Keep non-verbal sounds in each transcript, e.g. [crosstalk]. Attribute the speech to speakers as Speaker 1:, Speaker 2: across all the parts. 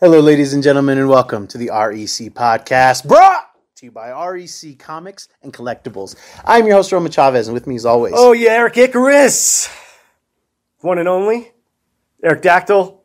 Speaker 1: Hello, ladies and gentlemen, and welcome to the REC podcast
Speaker 2: Oh,
Speaker 1: brought to you by REC Comics and Collectibles. I'm your host, Roman Chavez, and with me, as always,
Speaker 2: Oh yeah, Eric Icarus, one and only. Eric Dactyl,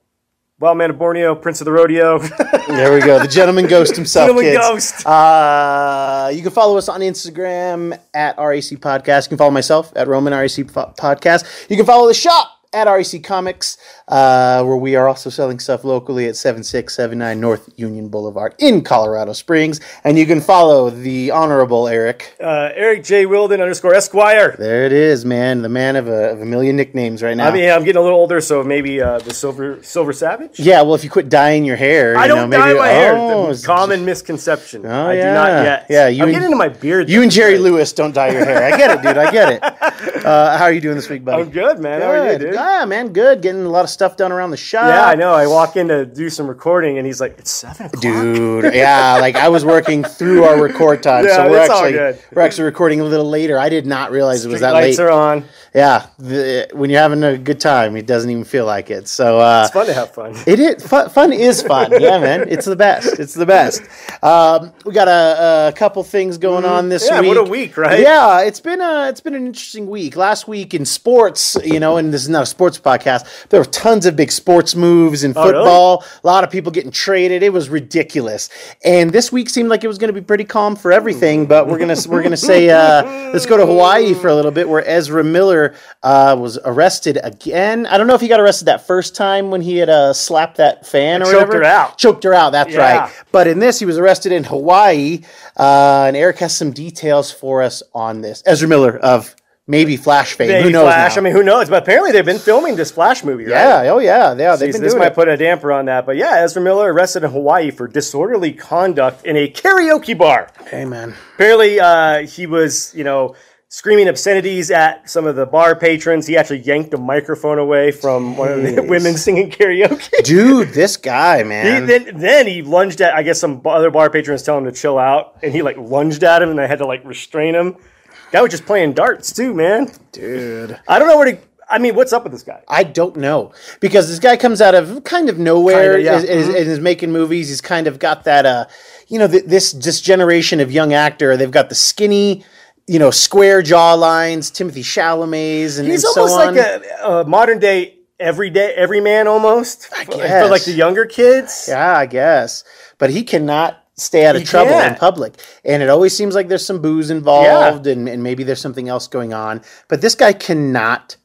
Speaker 2: Wild Man of Borneo, Prince of the Rodeo. [laughs]
Speaker 1: there we go, the gentleman ghost himself.
Speaker 2: Gentleman
Speaker 1: kids.
Speaker 2: ghost.
Speaker 1: Uh, you can follow us on Instagram at REC Podcast. You can follow myself at Roman REC Po- Podcast. You can follow the shop at REC Comics, uh, where we are also selling stuff locally at 7679 North Union Boulevard in Colorado Springs. And you can follow the Honorable Eric.
Speaker 2: Uh, Eric J. Wilden underscore Esquire.
Speaker 1: There it is, man. The man of a, of a million nicknames right now.
Speaker 2: I mean, I'm getting a little older, so maybe uh, the Silver Silver Savage.
Speaker 1: yeah, well, if you quit dyeing your hair,
Speaker 2: I
Speaker 1: you know,
Speaker 2: don't dye
Speaker 1: maybe,
Speaker 2: my hair.
Speaker 1: Oh,
Speaker 2: The common misconception.
Speaker 1: Oh,
Speaker 2: I
Speaker 1: yeah.
Speaker 2: do not yet.
Speaker 1: Yeah, you
Speaker 2: I'm
Speaker 1: and-
Speaker 2: getting into my beard.
Speaker 1: You
Speaker 2: though.
Speaker 1: and Jerry Lewis don't dye your hair. I get it, dude. I get it.
Speaker 2: [laughs]
Speaker 1: Uh, how are you doing this week, buddy?
Speaker 2: I'm good, man. How are you, dude?
Speaker 1: Ah, man, good. Getting a lot of stuff done around the shop.
Speaker 2: Yeah, I know. I walk in to do some recording, and he's like, "It's seven o'clock."
Speaker 1: Dude, yeah, like I was working through our record time, so
Speaker 2: Yeah,
Speaker 1: we're
Speaker 2: it's all
Speaker 1: actually
Speaker 2: good.
Speaker 1: we're actually recording a little later. I did not realize it was that
Speaker 2: lights
Speaker 1: late.
Speaker 2: are on.
Speaker 1: yeah, the, when you're having a good time, it doesn't even feel like it. So uh,
Speaker 2: It's fun to have fun.
Speaker 1: It is fun. Fun is
Speaker 2: [laughs]
Speaker 1: fun. Yeah, man. It's the best. It's the best. Um, we got a, a couple things going on this
Speaker 2: Yeah,
Speaker 1: week.
Speaker 2: what a week, right?
Speaker 1: Yeah, it's been a it's been an interesting week. Last week in sports, you know, and this is not a sports podcast. There were tons of big sports moves in
Speaker 2: Oh, really?
Speaker 1: football. A lot of people getting traded. It was ridiculous. And this week seemed like it was going to be pretty calm for everything. But we're gonna we're gonna say uh, let's go to Hawaii for a little bit, where Ezra Miller uh, was arrested again. I don't know if he got arrested that first time when he had uh, slapped that fan or
Speaker 2: Choked
Speaker 1: whatever.
Speaker 2: her out.
Speaker 1: Choked her out. That's
Speaker 2: Yeah.
Speaker 1: right. But in this, he was arrested in Hawaii. Uh, and Eric has some details for us on this. Ezra Miller of maybe Flash fame.
Speaker 2: Baby
Speaker 1: Who knows?
Speaker 2: Flash.
Speaker 1: now?
Speaker 2: I mean, who knows? But apparently, they've been filming this Flash movie, right?
Speaker 1: yeah. Oh, yeah. Yeah. They've
Speaker 2: Jeez,
Speaker 1: been
Speaker 2: this
Speaker 1: doing
Speaker 2: might
Speaker 1: it.
Speaker 2: put a damper on that, but yeah, Ezra Miller arrested in Hawaii for disorderly conduct in a karaoke bar.
Speaker 1: hey, man.
Speaker 2: Apparently, uh, he was, you know, screaming obscenities at some of the bar patrons. He actually yanked a microphone away from one of the [laughs] women singing karaoke.
Speaker 1: Dude, this guy, man.
Speaker 2: He, [laughs] then, then he lunged at, I guess, some b- other bar patrons telling him to chill out, and he like lunged at him, and they had to like restrain him. Guy was just playing darts too, man.
Speaker 1: Dude.
Speaker 2: I don't know where to. I mean, what's up with this guy?
Speaker 1: I don't know because this guy comes out of kind of nowhere
Speaker 2: Kinda, yeah. Mm-hmm.
Speaker 1: is, is, and is making movies. He's kind of got that, uh, you know, th- this this generation of young actor. They've got the skinny, you know, square jaw lines. Timothy Chalamet's and,
Speaker 2: He's
Speaker 1: and
Speaker 2: almost
Speaker 1: so on.
Speaker 2: like a, a modern day everyday every man almost I
Speaker 1: guess.
Speaker 2: for like the younger kids.
Speaker 1: yeah, I guess, but he cannot stay out of
Speaker 2: He
Speaker 1: trouble in
Speaker 2: can't.
Speaker 1: public. And it always seems like there's some booze involved, and, and maybe there's something else going on. But this guy cannot.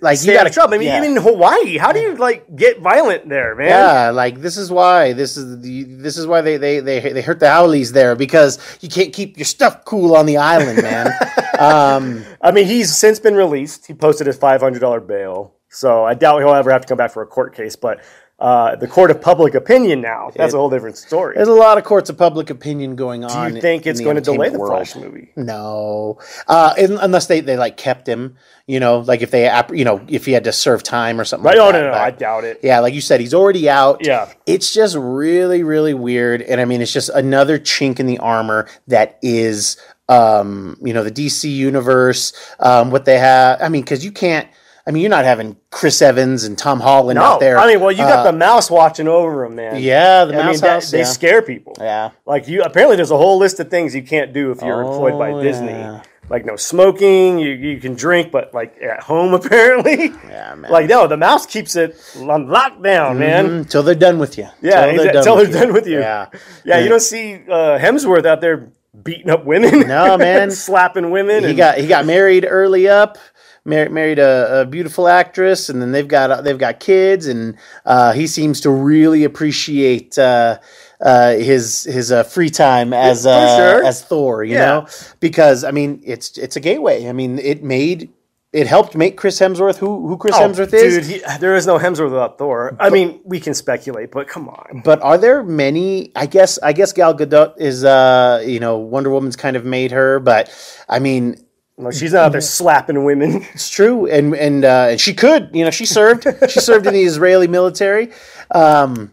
Speaker 1: Like
Speaker 2: Stay
Speaker 1: you
Speaker 2: out
Speaker 1: got
Speaker 2: of trouble. I mean, even in Hawaii, how do you like get violent there, man?
Speaker 1: Yeah, like this is why this is the, this is why they they they they hurt the Howleys there because you can't keep your stuff cool on the island,
Speaker 2: [laughs]
Speaker 1: man. um,
Speaker 2: I mean, he's since been released. He posted his five hundred dollar bail, so I doubt he'll ever have to come back for a court case. But uh, the court of public opinion now—that's a whole different story.
Speaker 1: there's a lot of courts of public opinion going
Speaker 2: Do
Speaker 1: on.
Speaker 2: you think
Speaker 1: in
Speaker 2: it's going to delay the
Speaker 1: entertainment world.
Speaker 2: Flash movie?
Speaker 1: No, uh, un- unless they they like kept him, you know, like if they app- you know if he had to serve time or something.
Speaker 2: Right?
Speaker 1: like
Speaker 2: Oh
Speaker 1: that,
Speaker 2: no, no, no,
Speaker 1: but-
Speaker 2: I doubt it.
Speaker 1: Yeah, like you said, he's already out.
Speaker 2: Yeah.
Speaker 1: It's just really, really weird. And I mean, it's just another chink in the armor that is, um, you know, the DC universe, um, what they have. I mean, because you can't, I mean, you're not having Chris Evans and Tom Holland
Speaker 2: No,
Speaker 1: out there. Uh,
Speaker 2: I mean, well, you got the mouse watching over him, man.
Speaker 1: yeah, the
Speaker 2: I mean,
Speaker 1: Mouse
Speaker 2: that-
Speaker 1: House.
Speaker 2: they
Speaker 1: yeah.
Speaker 2: scare people.
Speaker 1: yeah.
Speaker 2: Like you, apparently there's a whole list of things you can't do if you're employed by
Speaker 1: Oh,
Speaker 2: Disney.
Speaker 1: yeah.
Speaker 2: Like no smoking, you, you can drink, but like at home [laughs] apparently.
Speaker 1: Yeah, man. Mm-hmm.
Speaker 2: Like no, the mouse keeps it on lockdown, man.
Speaker 1: Until they're done with you.
Speaker 2: Yeah,
Speaker 1: Till
Speaker 2: exa- till they're done with you.
Speaker 1: Yeah.
Speaker 2: Yeah, you don't see uh, Hemsworth out there beating up women. [laughs]
Speaker 1: No, man.
Speaker 2: slapping women.
Speaker 1: He
Speaker 2: and-
Speaker 1: got he got married early up, mar- married a, a beautiful actress, and then they've got uh, they've got kids, and uh, he seems to really appreciate uh, uh, his his uh, free time as
Speaker 2: Yeah, for
Speaker 1: uh,
Speaker 2: sure.
Speaker 1: as Thor, you
Speaker 2: Yeah.
Speaker 1: know, because I mean it's it's a gateway. I mean it made it helped make Chris Hemsworth who who Chris
Speaker 2: Oh,
Speaker 1: Hemsworth is.
Speaker 2: Dude, he, there is no Hemsworth without Thor. I mean, we can speculate, but come on.
Speaker 1: But are there many? I guess I guess Gal Gadot is uh you know Wonder Woman's kind of made her, but I mean
Speaker 2: No, she's not out there slapping women. [laughs]
Speaker 1: It's true, and and uh, and she could, you know, she served, she served in the Israeli military. Um,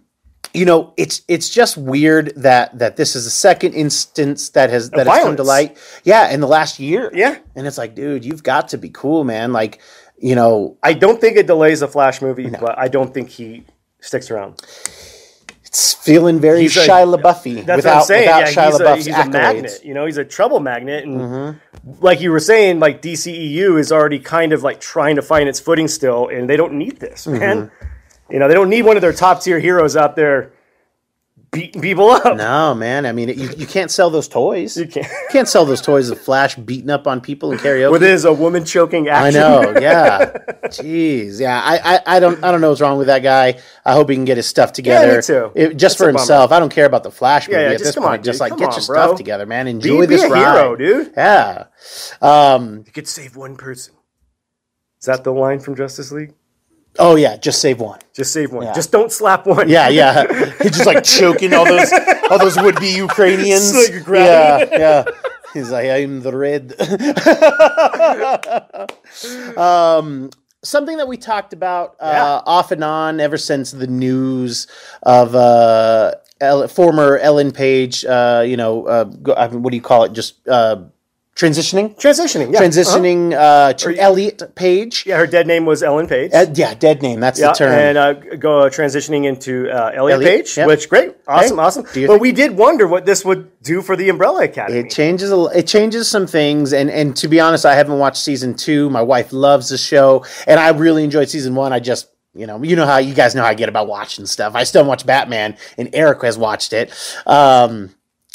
Speaker 1: you know, it's it's just weird that that this is the second instance that has that has come to
Speaker 2: violence.
Speaker 1: light. Yeah, in the last year.
Speaker 2: Yeah.
Speaker 1: and it's like, dude, you've got to be cool, man. Like, you know,
Speaker 2: I don't think it delays the Flash movie, but I don't think he sticks around.
Speaker 1: It's feeling very
Speaker 2: He's a-
Speaker 1: Shia LaBeouf without,
Speaker 2: That's what I'm saying.
Speaker 1: without
Speaker 2: yeah,
Speaker 1: Shia
Speaker 2: he's, a,
Speaker 1: LaBeouf's
Speaker 2: he's
Speaker 1: accolades. Mm-hmm.
Speaker 2: a magnet. You know, he's a trouble magnet, and like you were saying, like DCEU is already kind of like trying to find its footing still, and they don't need this,
Speaker 1: Mm-hmm.
Speaker 2: man. You know, they don't need one of their top tier heroes out there beating people up.
Speaker 1: No, man. I mean, it, you, you can't sell those toys.
Speaker 2: [laughs] You can't.
Speaker 1: You can't sell those toys of Flash beating up on people in karaoke.
Speaker 2: With his a woman choking
Speaker 1: I
Speaker 2: [laughs] action.
Speaker 1: know. Yeah. Jeez. Yeah. I, I, I don't I don't know what's wrong with that guy. I hope he can get his stuff together.
Speaker 2: me too.
Speaker 1: It- just
Speaker 2: That's
Speaker 1: for
Speaker 2: a bummer.
Speaker 1: himself. I don't care about the Flash movie
Speaker 2: yeah,
Speaker 1: at
Speaker 2: just
Speaker 1: this
Speaker 2: come
Speaker 1: point.
Speaker 2: on,
Speaker 1: just
Speaker 2: dude.
Speaker 1: like
Speaker 2: Come
Speaker 1: get
Speaker 2: on,
Speaker 1: your
Speaker 2: bro.
Speaker 1: stuff together, man. Enjoy
Speaker 2: be
Speaker 1: this
Speaker 2: a
Speaker 1: ride.
Speaker 2: hero, dude.
Speaker 1: Yeah. Um,
Speaker 2: You could save one person. Is that the line from Justice League?
Speaker 1: oh yeah, just save one.
Speaker 2: Just save one. Just don't slap one.
Speaker 1: Yeah, yeah.
Speaker 2: [laughs]
Speaker 1: He's just like choking all those all those would be Ukrainians.
Speaker 2: It's like
Speaker 1: yeah,
Speaker 2: grabbing-
Speaker 1: yeah. He's like, I'm the
Speaker 2: [laughs]
Speaker 1: red. um, Um, something that we talked about uh,
Speaker 2: Yeah.
Speaker 1: off and on ever since the news of uh, El- former Ellen Page. Uh, you know, uh, go, I mean, what do you call it? Just uh, transitioning,
Speaker 2: Transitioning. Yeah. uh-huh.
Speaker 1: transitioning uh to Elliot Page.
Speaker 2: Yeah, her dead name was Ellen Page.
Speaker 1: Uh, yeah, dead name. That's
Speaker 2: yeah,
Speaker 1: the term.
Speaker 2: and uh, go transitioning into uh, Elliot,
Speaker 1: Elliot,
Speaker 2: Page,
Speaker 1: yep.
Speaker 2: which great, awesome,
Speaker 1: Hey,
Speaker 2: awesome.
Speaker 1: do you
Speaker 2: But we did wonder what this would do for the Umbrella Academy.
Speaker 1: It changes a, l- it changes some things and and to be honest, I haven't watched season 2. My wife loves the show and I really enjoyed season 1. I just you know, you know how you guys know how I get about watching stuff. I still watch Batman and Eric has watched it. Um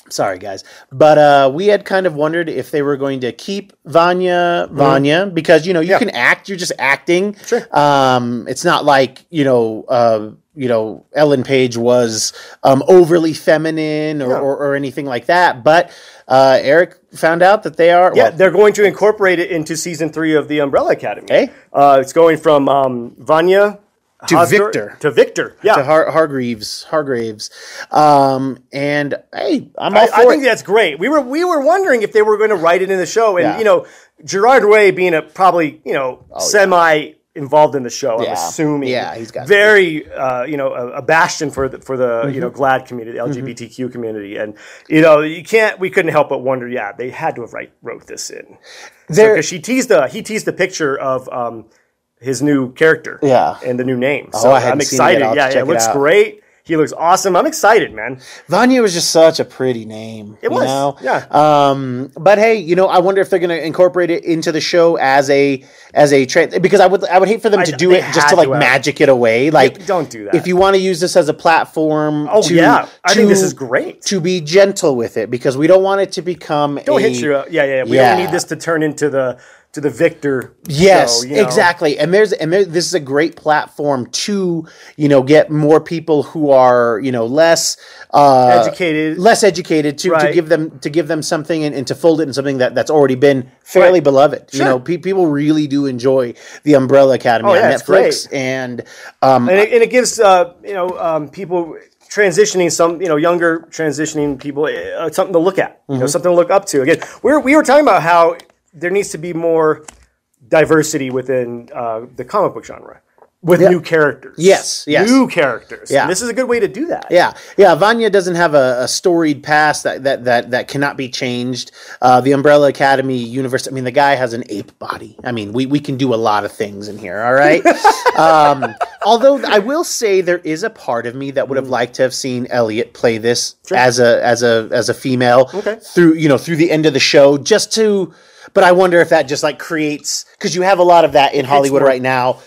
Speaker 1: Sorry, guys, but uh, we had kind of wondered if they were going to keep Vanya, Vanya, because you know you can act; you're just acting.
Speaker 2: Mm-hmm. Sure.
Speaker 1: Um, it's not like you know, uh, you know, Ellen Page was um, overly feminine or,
Speaker 2: No.
Speaker 1: or, or anything like that. But uh, Eric found out that they are.
Speaker 2: yeah,
Speaker 1: well,
Speaker 2: they're going to incorporate it into season three of the Umbrella Academy.
Speaker 1: Okay.
Speaker 2: Uh, it's going from um, Vanya
Speaker 1: To
Speaker 2: Hosder-
Speaker 1: Victor.
Speaker 2: to Victor. Yeah,
Speaker 1: to Har- Hargreaves, Hargraves, um, and hey, I'm all
Speaker 2: I,
Speaker 1: for
Speaker 2: I think
Speaker 1: it.
Speaker 2: that's great. We were we were wondering if they were going to write it in the show, and
Speaker 1: Yeah. Oh,
Speaker 2: you know, Gerard Way being a probably you know semi involved in the show.
Speaker 1: Yeah.
Speaker 2: I'm assuming.
Speaker 1: Yeah, he's got to be.
Speaker 2: very uh, you know a, a bastion for the for the you know Glad community, LGBTQ community, and you know you can't we couldn't help but wonder. Yeah, they had to have write, wrote this in
Speaker 1: There-
Speaker 2: because she teased a he teased a picture of. Um, his new character,
Speaker 1: Yeah. Oh,
Speaker 2: and the new name. So
Speaker 1: I
Speaker 2: am
Speaker 1: hadn't seen it yet.
Speaker 2: excited.
Speaker 1: I'll have to
Speaker 2: yeah,
Speaker 1: check
Speaker 2: it
Speaker 1: it
Speaker 2: looks
Speaker 1: out.
Speaker 2: great. He looks awesome. I'm excited, man.
Speaker 1: Vanya was just such a pretty name.
Speaker 2: It was, yeah.
Speaker 1: Um, but hey, you know, I wonder if they're going to incorporate it into the show as a as a tra- because I would I would hate for them to do
Speaker 2: they
Speaker 1: it just
Speaker 2: had
Speaker 1: to like
Speaker 2: to have-
Speaker 1: magic it away. Like,
Speaker 2: don't do that.
Speaker 1: If you want to use this as a platform,
Speaker 2: Oh
Speaker 1: to-
Speaker 2: yeah, I think this
Speaker 1: to-
Speaker 2: is great.
Speaker 1: To be gentle with it because we don't want it to become
Speaker 2: Don't
Speaker 1: a,
Speaker 2: hit you up. Yeah, yeah. yeah. We
Speaker 1: Yeah.
Speaker 2: don't need this to turn into the to the victor.
Speaker 1: Yes,
Speaker 2: show, you know.
Speaker 1: exactly. And there's and there, this is a great platform to you know get more people who are you know less uh,
Speaker 2: Educated.
Speaker 1: less educated to, to
Speaker 2: Right.
Speaker 1: give them to give them something and, and to fold it in something that, that's already been fairly
Speaker 2: Right.
Speaker 1: beloved. You
Speaker 2: Sure.
Speaker 1: know, pe- people really do enjoy the Umbrella Academy
Speaker 2: Oh,
Speaker 1: on
Speaker 2: yeah, it's
Speaker 1: Netflix, and um,
Speaker 2: And it, and it gives uh, you know um, people transitioning some you know younger transitioning people uh, something to look at.
Speaker 1: Mm-hmm.
Speaker 2: You know something to look up to. Again, we were, we were talking about how there needs to be more diversity within uh, the comic book genre with new characters.
Speaker 1: Yes, yes.
Speaker 2: New characters.
Speaker 1: Yeah.
Speaker 2: And this is a good way to do that.
Speaker 1: Yeah, yeah. Vanya doesn't have a, a storied past that, that that that cannot be changed. Uh, the Umbrella Academy universe. I mean, the guy has an ape body. I mean, we we can do a lot of things in here. All right.
Speaker 2: [laughs]
Speaker 1: um, although I will say there is a part of me that
Speaker 2: Hmm.
Speaker 1: would have liked to have seen Elliot play this as a as a as a female
Speaker 2: Okay.
Speaker 1: through you know through the end of the show just to. But I wonder if that just like creates because you have a lot of that in Hollywood
Speaker 2: more-
Speaker 1: right now.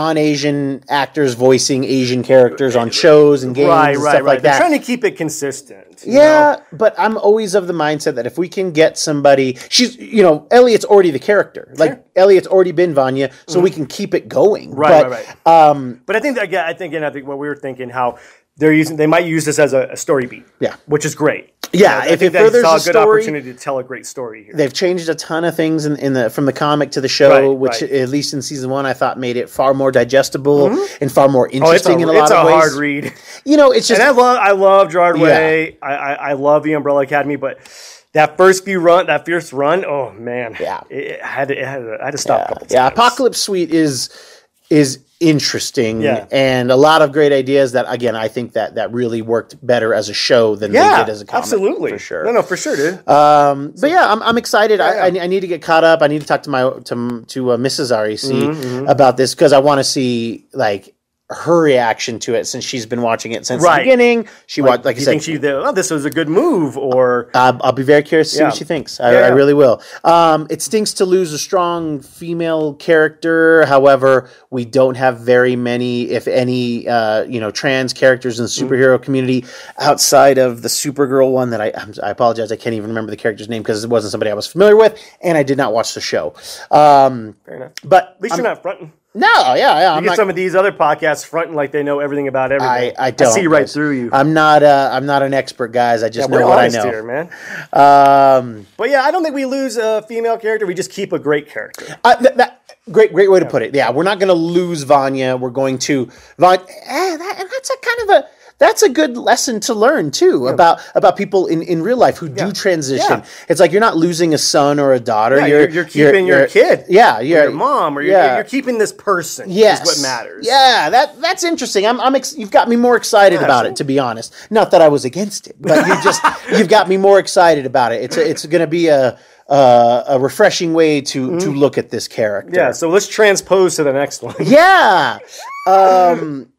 Speaker 1: Non-Asian actors voicing Asian characters on shows and games
Speaker 2: Right,
Speaker 1: and
Speaker 2: right,
Speaker 1: stuff
Speaker 2: right.
Speaker 1: like
Speaker 2: They're
Speaker 1: that.
Speaker 2: trying to keep it consistent. you know?
Speaker 1: yeah, but I'm always of the mindset that if we can get somebody, she's you know Elliot's already the character, like Elliot's already been Vanya, so we can keep it going.
Speaker 2: Mm-hmm. Right,
Speaker 1: But um,
Speaker 2: right, right. but I think that, yeah, I think, and I think what we were thinking how they're using, they might use this as a, a story beat.
Speaker 1: Yeah.
Speaker 2: which is great.
Speaker 1: Yeah,
Speaker 2: I
Speaker 1: if
Speaker 2: think
Speaker 1: it
Speaker 2: that you
Speaker 1: furthers
Speaker 2: saw a
Speaker 1: the
Speaker 2: good
Speaker 1: story-
Speaker 2: opportunity to tell a great story here.
Speaker 1: They've changed a ton of things in, in the from the comic to the show,
Speaker 2: Right,
Speaker 1: which
Speaker 2: right.
Speaker 1: at least in season one I thought made it far more digestible and far more
Speaker 2: Oh, it's a,
Speaker 1: interesting in a lot
Speaker 2: it's
Speaker 1: of
Speaker 2: a
Speaker 1: ways.
Speaker 2: hard read,
Speaker 1: You know, it's just
Speaker 2: and I love, I love Gerard Way. I, I, I love the Umbrella Academy, but that first few run, that fierce run, oh man,
Speaker 1: Yeah.
Speaker 2: it, it had, to, it had, to, I had to stop. a couple
Speaker 1: yeah,
Speaker 2: times.
Speaker 1: Apocalypse Suite is is interesting
Speaker 2: Yeah.
Speaker 1: and a lot of great ideas that again I think that that really worked better as a show than they
Speaker 2: Yeah,
Speaker 1: did as a comic.
Speaker 2: absolutely,
Speaker 1: for sure.
Speaker 2: No, no, for sure, dude.
Speaker 1: Uh, Um, But yeah, I'm, I'm excited. I,
Speaker 2: yeah.
Speaker 1: I, I need to get caught up. I
Speaker 2: Mm-hmm,
Speaker 1: need to talk to my to to uh, Mrs. REC about this because I want to see like her reaction to it since she's been watching it since the
Speaker 2: Right.
Speaker 1: beginning. She watched, like I
Speaker 2: you
Speaker 1: said,
Speaker 2: think she the, oh, this was a good move or
Speaker 1: Uh, I'll be very curious to see
Speaker 2: Yeah.
Speaker 1: what she thinks. I,
Speaker 2: Yeah,
Speaker 1: I
Speaker 2: yeah.
Speaker 1: really will. Um, it stinks to lose a strong female character. However, we don't have very many, if any, uh, you know, trans characters in the
Speaker 2: Mm-hmm.
Speaker 1: superhero community outside of the Supergirl one that I, I'm, I apologize. I can't even remember the character's name because it wasn't somebody I was familiar with and I did not watch the show. Um,
Speaker 2: fair enough. At
Speaker 1: but
Speaker 2: least you're not fronting.
Speaker 1: no, yeah, yeah. I'm
Speaker 2: You get
Speaker 1: not,
Speaker 2: some of these other podcasts fronting like they know everything about
Speaker 1: I,
Speaker 2: everything.
Speaker 1: I don't
Speaker 2: see right
Speaker 1: guys.
Speaker 2: through you.
Speaker 1: I'm not, uh, I'm not an expert guys. I just
Speaker 2: We're
Speaker 1: know what I
Speaker 2: honest
Speaker 1: know.
Speaker 2: here, man.
Speaker 1: Um,
Speaker 2: But yeah, I don't think we lose a female character. We just keep a great character.
Speaker 1: Uh, that, that, great, great way to put it. Yeah, we're not going to lose Vanya. We're going to Vanya, that, and that's a kind of a that's a good lesson to learn too about about people in, in real life who do transition.
Speaker 2: Yeah.
Speaker 1: It's like you're not losing a son or a daughter.
Speaker 2: Yeah, you're- you're keeping your kid
Speaker 1: Yeah, you're,
Speaker 2: Your mom or your,
Speaker 1: yeah.
Speaker 2: you're keeping this person.
Speaker 1: Yes,
Speaker 2: is what matters.
Speaker 1: Yeah, that that's interesting. I'm, I'm ex- you've got me more excited about it, to be honest. Not that I was against it, but you
Speaker 2: [laughs]
Speaker 1: just you've got me more excited about it. It's a, it's going to be a uh, a refreshing way to
Speaker 2: Mm-hmm.
Speaker 1: to look at this character.
Speaker 2: Yeah, so let's transpose to the next one. [laughs]
Speaker 1: Yeah. Um,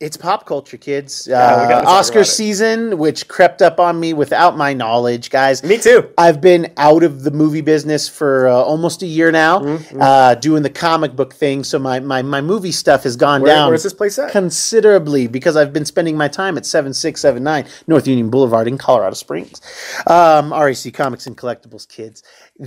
Speaker 1: it's pop culture, kids.
Speaker 2: gotta
Speaker 1: Uh,
Speaker 2: talk
Speaker 1: Oscar
Speaker 2: about it.
Speaker 1: season, which crept up on me without my knowledge, guys.
Speaker 2: Me too.
Speaker 1: I've been out of the movie business for uh, almost a year now,
Speaker 2: Mm-hmm.
Speaker 1: uh, doing the comic book thing. So my, my, my movie stuff has gone
Speaker 2: Where-
Speaker 1: down
Speaker 2: where's this place at?
Speaker 1: considerably because I've been spending my time at 7679 North Union Boulevard in Colorado Springs. Um, REC Comics and Collectibles Kids.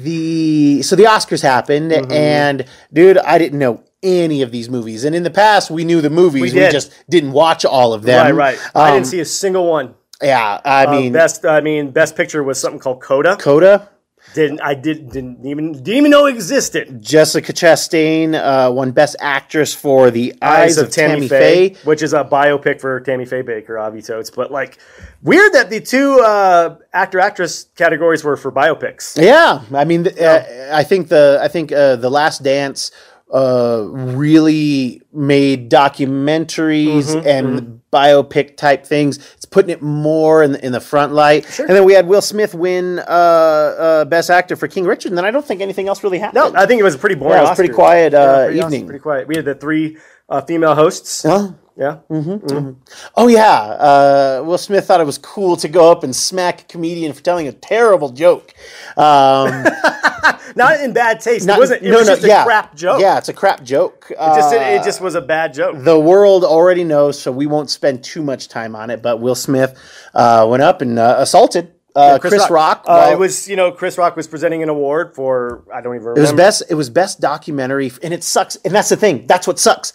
Speaker 1: The so the Oscars happened and dude, I didn't know any of these movies. And in the past we knew the movies, we,
Speaker 2: did.
Speaker 1: just didn't watch all of them.
Speaker 2: Right, right. I didn't see a single one.
Speaker 1: Yeah, Um, I mean
Speaker 2: Best, I mean, best picture was something called Coda.
Speaker 1: Coda,
Speaker 2: Didn't I did didn't even didn't even know existed.
Speaker 1: Jessica Chastain uh, won Best Actress for The Eyes, of, Tammy, Faye.
Speaker 2: which is a biopic for Tammy Faye Baker, Avi Totes. But like, weird that the two uh, actor actress categories were for biopics.
Speaker 1: Yeah, I mean, th- uh, I think the I think uh, the Last Dance uh, really made documentaries
Speaker 2: Mm-hmm,
Speaker 1: and biopic type things. It's putting it more in the, in the front light. And then we had Will Smith win uh, uh, Best Actor for King Richard. And then I don't think anything else really happened.
Speaker 2: No, I think it was a pretty boring.
Speaker 1: Yeah, it was pretty
Speaker 2: Oscars.
Speaker 1: quiet,
Speaker 2: Yeah,
Speaker 1: uh,
Speaker 2: pretty awesome,
Speaker 1: evening. Uh-huh.
Speaker 2: pretty quiet. We had the three uh, female hosts.
Speaker 1: Huh?
Speaker 2: Yeah,
Speaker 1: Mm-hmm. Oh yeah, uh, Will Smith thought it was cool to go up and smack a comedian for telling a terrible joke. Um,
Speaker 2: not in bad taste. [laughs] it wasn't. It was just a crap joke.
Speaker 1: Yeah, Mm-hmm. it's a crap joke.
Speaker 2: It just, it, it just was a bad joke.
Speaker 1: the world already knows, so we won't spend too much time on it. But Will Smith uh, went up and uh, assaulted uh, Chris, Rock.
Speaker 2: Uh,
Speaker 1: while-
Speaker 2: it was you know Chris Rock was presenting an award for I don't even remember.
Speaker 1: it was best. It was best documentary, f- and it sucks. And that's the thing. That's what sucks.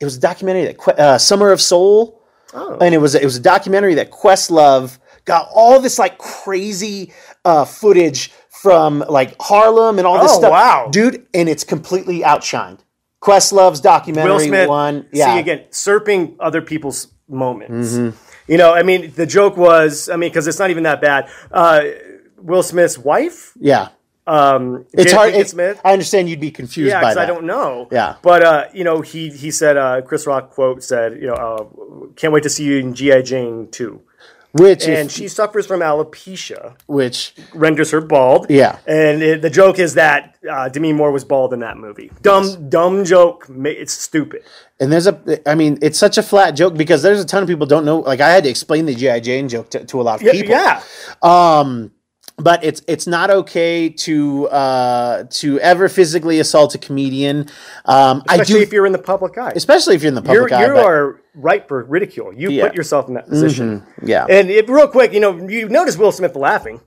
Speaker 1: It was a documentary that Que- uh, Summer of Soul,
Speaker 2: Oh.
Speaker 1: and it was it was a documentary that Questlove got all this like crazy uh, footage from like Harlem and all this
Speaker 2: Oh,
Speaker 1: stuff.
Speaker 2: wow.
Speaker 1: dude! And it's completely outshined. Questlove's documentary
Speaker 2: Will Smith.
Speaker 1: one. Yeah,
Speaker 2: See again, usurping other people's moments.
Speaker 1: Mm-hmm.
Speaker 2: You know, I mean, the joke was, I mean, because it's not even that bad. Uh, Will Smith's wife.
Speaker 1: yeah.
Speaker 2: Um,
Speaker 1: It's
Speaker 2: Jada
Speaker 1: hard.
Speaker 2: Pinkett
Speaker 1: It's,
Speaker 2: Smith.
Speaker 1: I understand you'd be confused
Speaker 2: Yeah,
Speaker 1: by
Speaker 2: because
Speaker 1: that.
Speaker 2: I don't know.
Speaker 1: Yeah.
Speaker 2: but uh, you know, he he said uh, Chris Rock quote said, you know, uh, can't wait to see you in GI Jane two,
Speaker 1: which, if-
Speaker 2: and she suffers from alopecia.
Speaker 1: which,
Speaker 2: renders her bald.
Speaker 1: Yeah.
Speaker 2: and it, the joke is that uh, Demi Moore was bald in that movie. Dumb, dumb joke. Ma- It's stupid.
Speaker 1: and there's a. I mean, it's such a flat joke because there's a ton of people don't know. Like I had to explain the GI Jane joke to, to a lot of people.
Speaker 2: Yeah,
Speaker 1: Um, but it's it's not okay to uh to ever physically assault a comedian. Um, I
Speaker 2: especially
Speaker 1: do,
Speaker 2: if you're in the public eye.
Speaker 1: especially if you're in the
Speaker 2: You're,
Speaker 1: public eye.
Speaker 2: you
Speaker 1: but-
Speaker 2: are ripe for ridicule. You
Speaker 1: Yeah. Mm-hmm.
Speaker 2: put yourself in that position.
Speaker 1: yeah,
Speaker 2: And it, real quick, you know, you notice Will Smith laughing.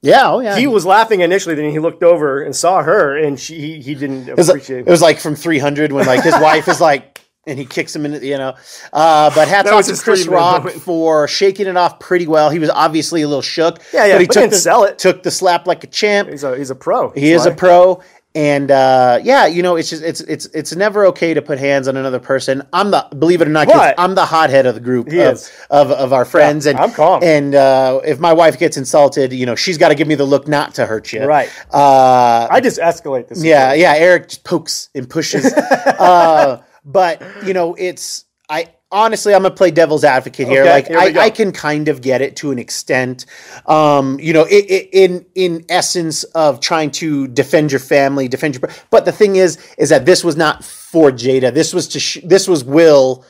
Speaker 1: yeah, oh yeah.
Speaker 2: He was laughing initially, then he looked over and saw her, and she he, he didn't
Speaker 1: It was, like,
Speaker 2: appreciate
Speaker 1: it was like from 300 when
Speaker 2: [laughs]
Speaker 1: like his wife is like and he kicks him in the- you know uh, but hats off
Speaker 2: was
Speaker 1: to
Speaker 2: his
Speaker 1: chris
Speaker 2: three-man
Speaker 1: rock
Speaker 2: moment.
Speaker 1: for shaking it off pretty well he was obviously a little shook
Speaker 2: Yeah, yeah,
Speaker 1: but he
Speaker 2: but
Speaker 1: took,
Speaker 2: didn't
Speaker 1: the,
Speaker 2: sell it.
Speaker 1: took the slap like a champ
Speaker 2: He's a he's a pro.
Speaker 1: he is a pro and uh, yeah you know it's just it's it's it's never okay to put hands on another person i'm the believe it or not kids,
Speaker 2: But-
Speaker 1: i'm the hothead of the group of,
Speaker 2: is.
Speaker 1: of of our friends and
Speaker 2: I'm calm.
Speaker 1: and uh, if my wife gets insulted you know she's got to give me the look not to hurt you
Speaker 2: Right.
Speaker 1: uh,
Speaker 2: I just escalate this.
Speaker 1: yeah,
Speaker 2: [laughs]
Speaker 1: yeah. Eric just pokes and pushes, uh, but you know, it's I. honestly, I'm gonna play devil's advocate here.
Speaker 2: Okay,
Speaker 1: like
Speaker 2: here we go.
Speaker 1: I, I can kind of get it to an extent. Um, you know, i i in in essence of trying to defend your family, defend your. But the thing is, is that this was not for Jada. This was to sh- this was Will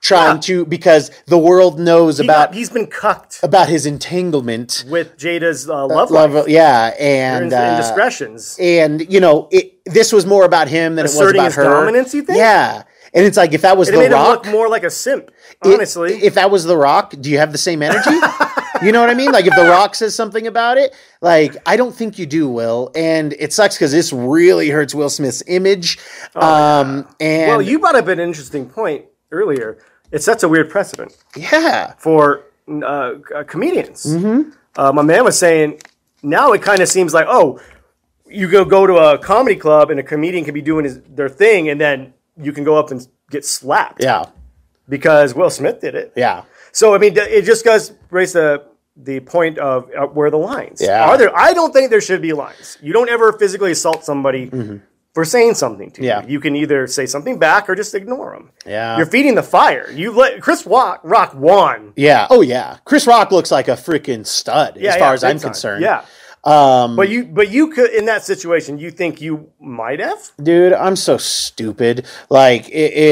Speaker 1: trying to because the world knows
Speaker 2: He
Speaker 1: about
Speaker 2: has been cucked
Speaker 1: about his entanglement.
Speaker 2: with Jada's uh, love life
Speaker 1: Love, yeah, and
Speaker 2: and
Speaker 1: uh,
Speaker 2: indiscretions.
Speaker 1: and you know it, this was more about him than it was
Speaker 2: Asserting
Speaker 1: about
Speaker 2: his
Speaker 1: her
Speaker 2: dominance, you think?
Speaker 1: yeah and it's like if that was
Speaker 2: It
Speaker 1: the
Speaker 2: made
Speaker 1: rock
Speaker 2: him look more like a simp.
Speaker 1: it-
Speaker 2: Honestly,
Speaker 1: if that was the rock do you have the same
Speaker 2: [laughs]
Speaker 1: energy you know what i mean like if the rock says something about it like i don't think you do will and it sucks because this really hurts will smith's image um and
Speaker 2: Oh, well, Oh, you brought up an interesting point earlier. It sets a weird precedent.
Speaker 1: yeah
Speaker 2: for uh, c- uh, comedians.
Speaker 1: Mm-hmm.
Speaker 2: Uh, my man was saying now it kind of seems like oh, you go go to a comedy club and a comedian can be doing his, their thing, and then you can go up and get slapped
Speaker 1: yeah
Speaker 2: because Will Smith did it.
Speaker 1: yeah
Speaker 2: So I mean, th- it just does raise the the point of uh, where are the lines
Speaker 1: Yeah.
Speaker 2: are. There, I don't think there should be lines. You don't ever physically assault somebody. For saying something to
Speaker 1: Mm-hmm. Yeah.
Speaker 2: you, you can either say something back or just ignore them.
Speaker 1: Yeah.
Speaker 2: you're feeding the fire. You let Chris Rock, Rock won
Speaker 1: yeah oh yeah chris rock looks like a freaking stud as
Speaker 2: Yeah,
Speaker 1: far
Speaker 2: yeah,
Speaker 1: as i'm
Speaker 2: big time.
Speaker 1: concerned Hmm. Um,
Speaker 2: Yeah. but you but you could in that situation you think you might have
Speaker 1: dude i'm so stupid like i i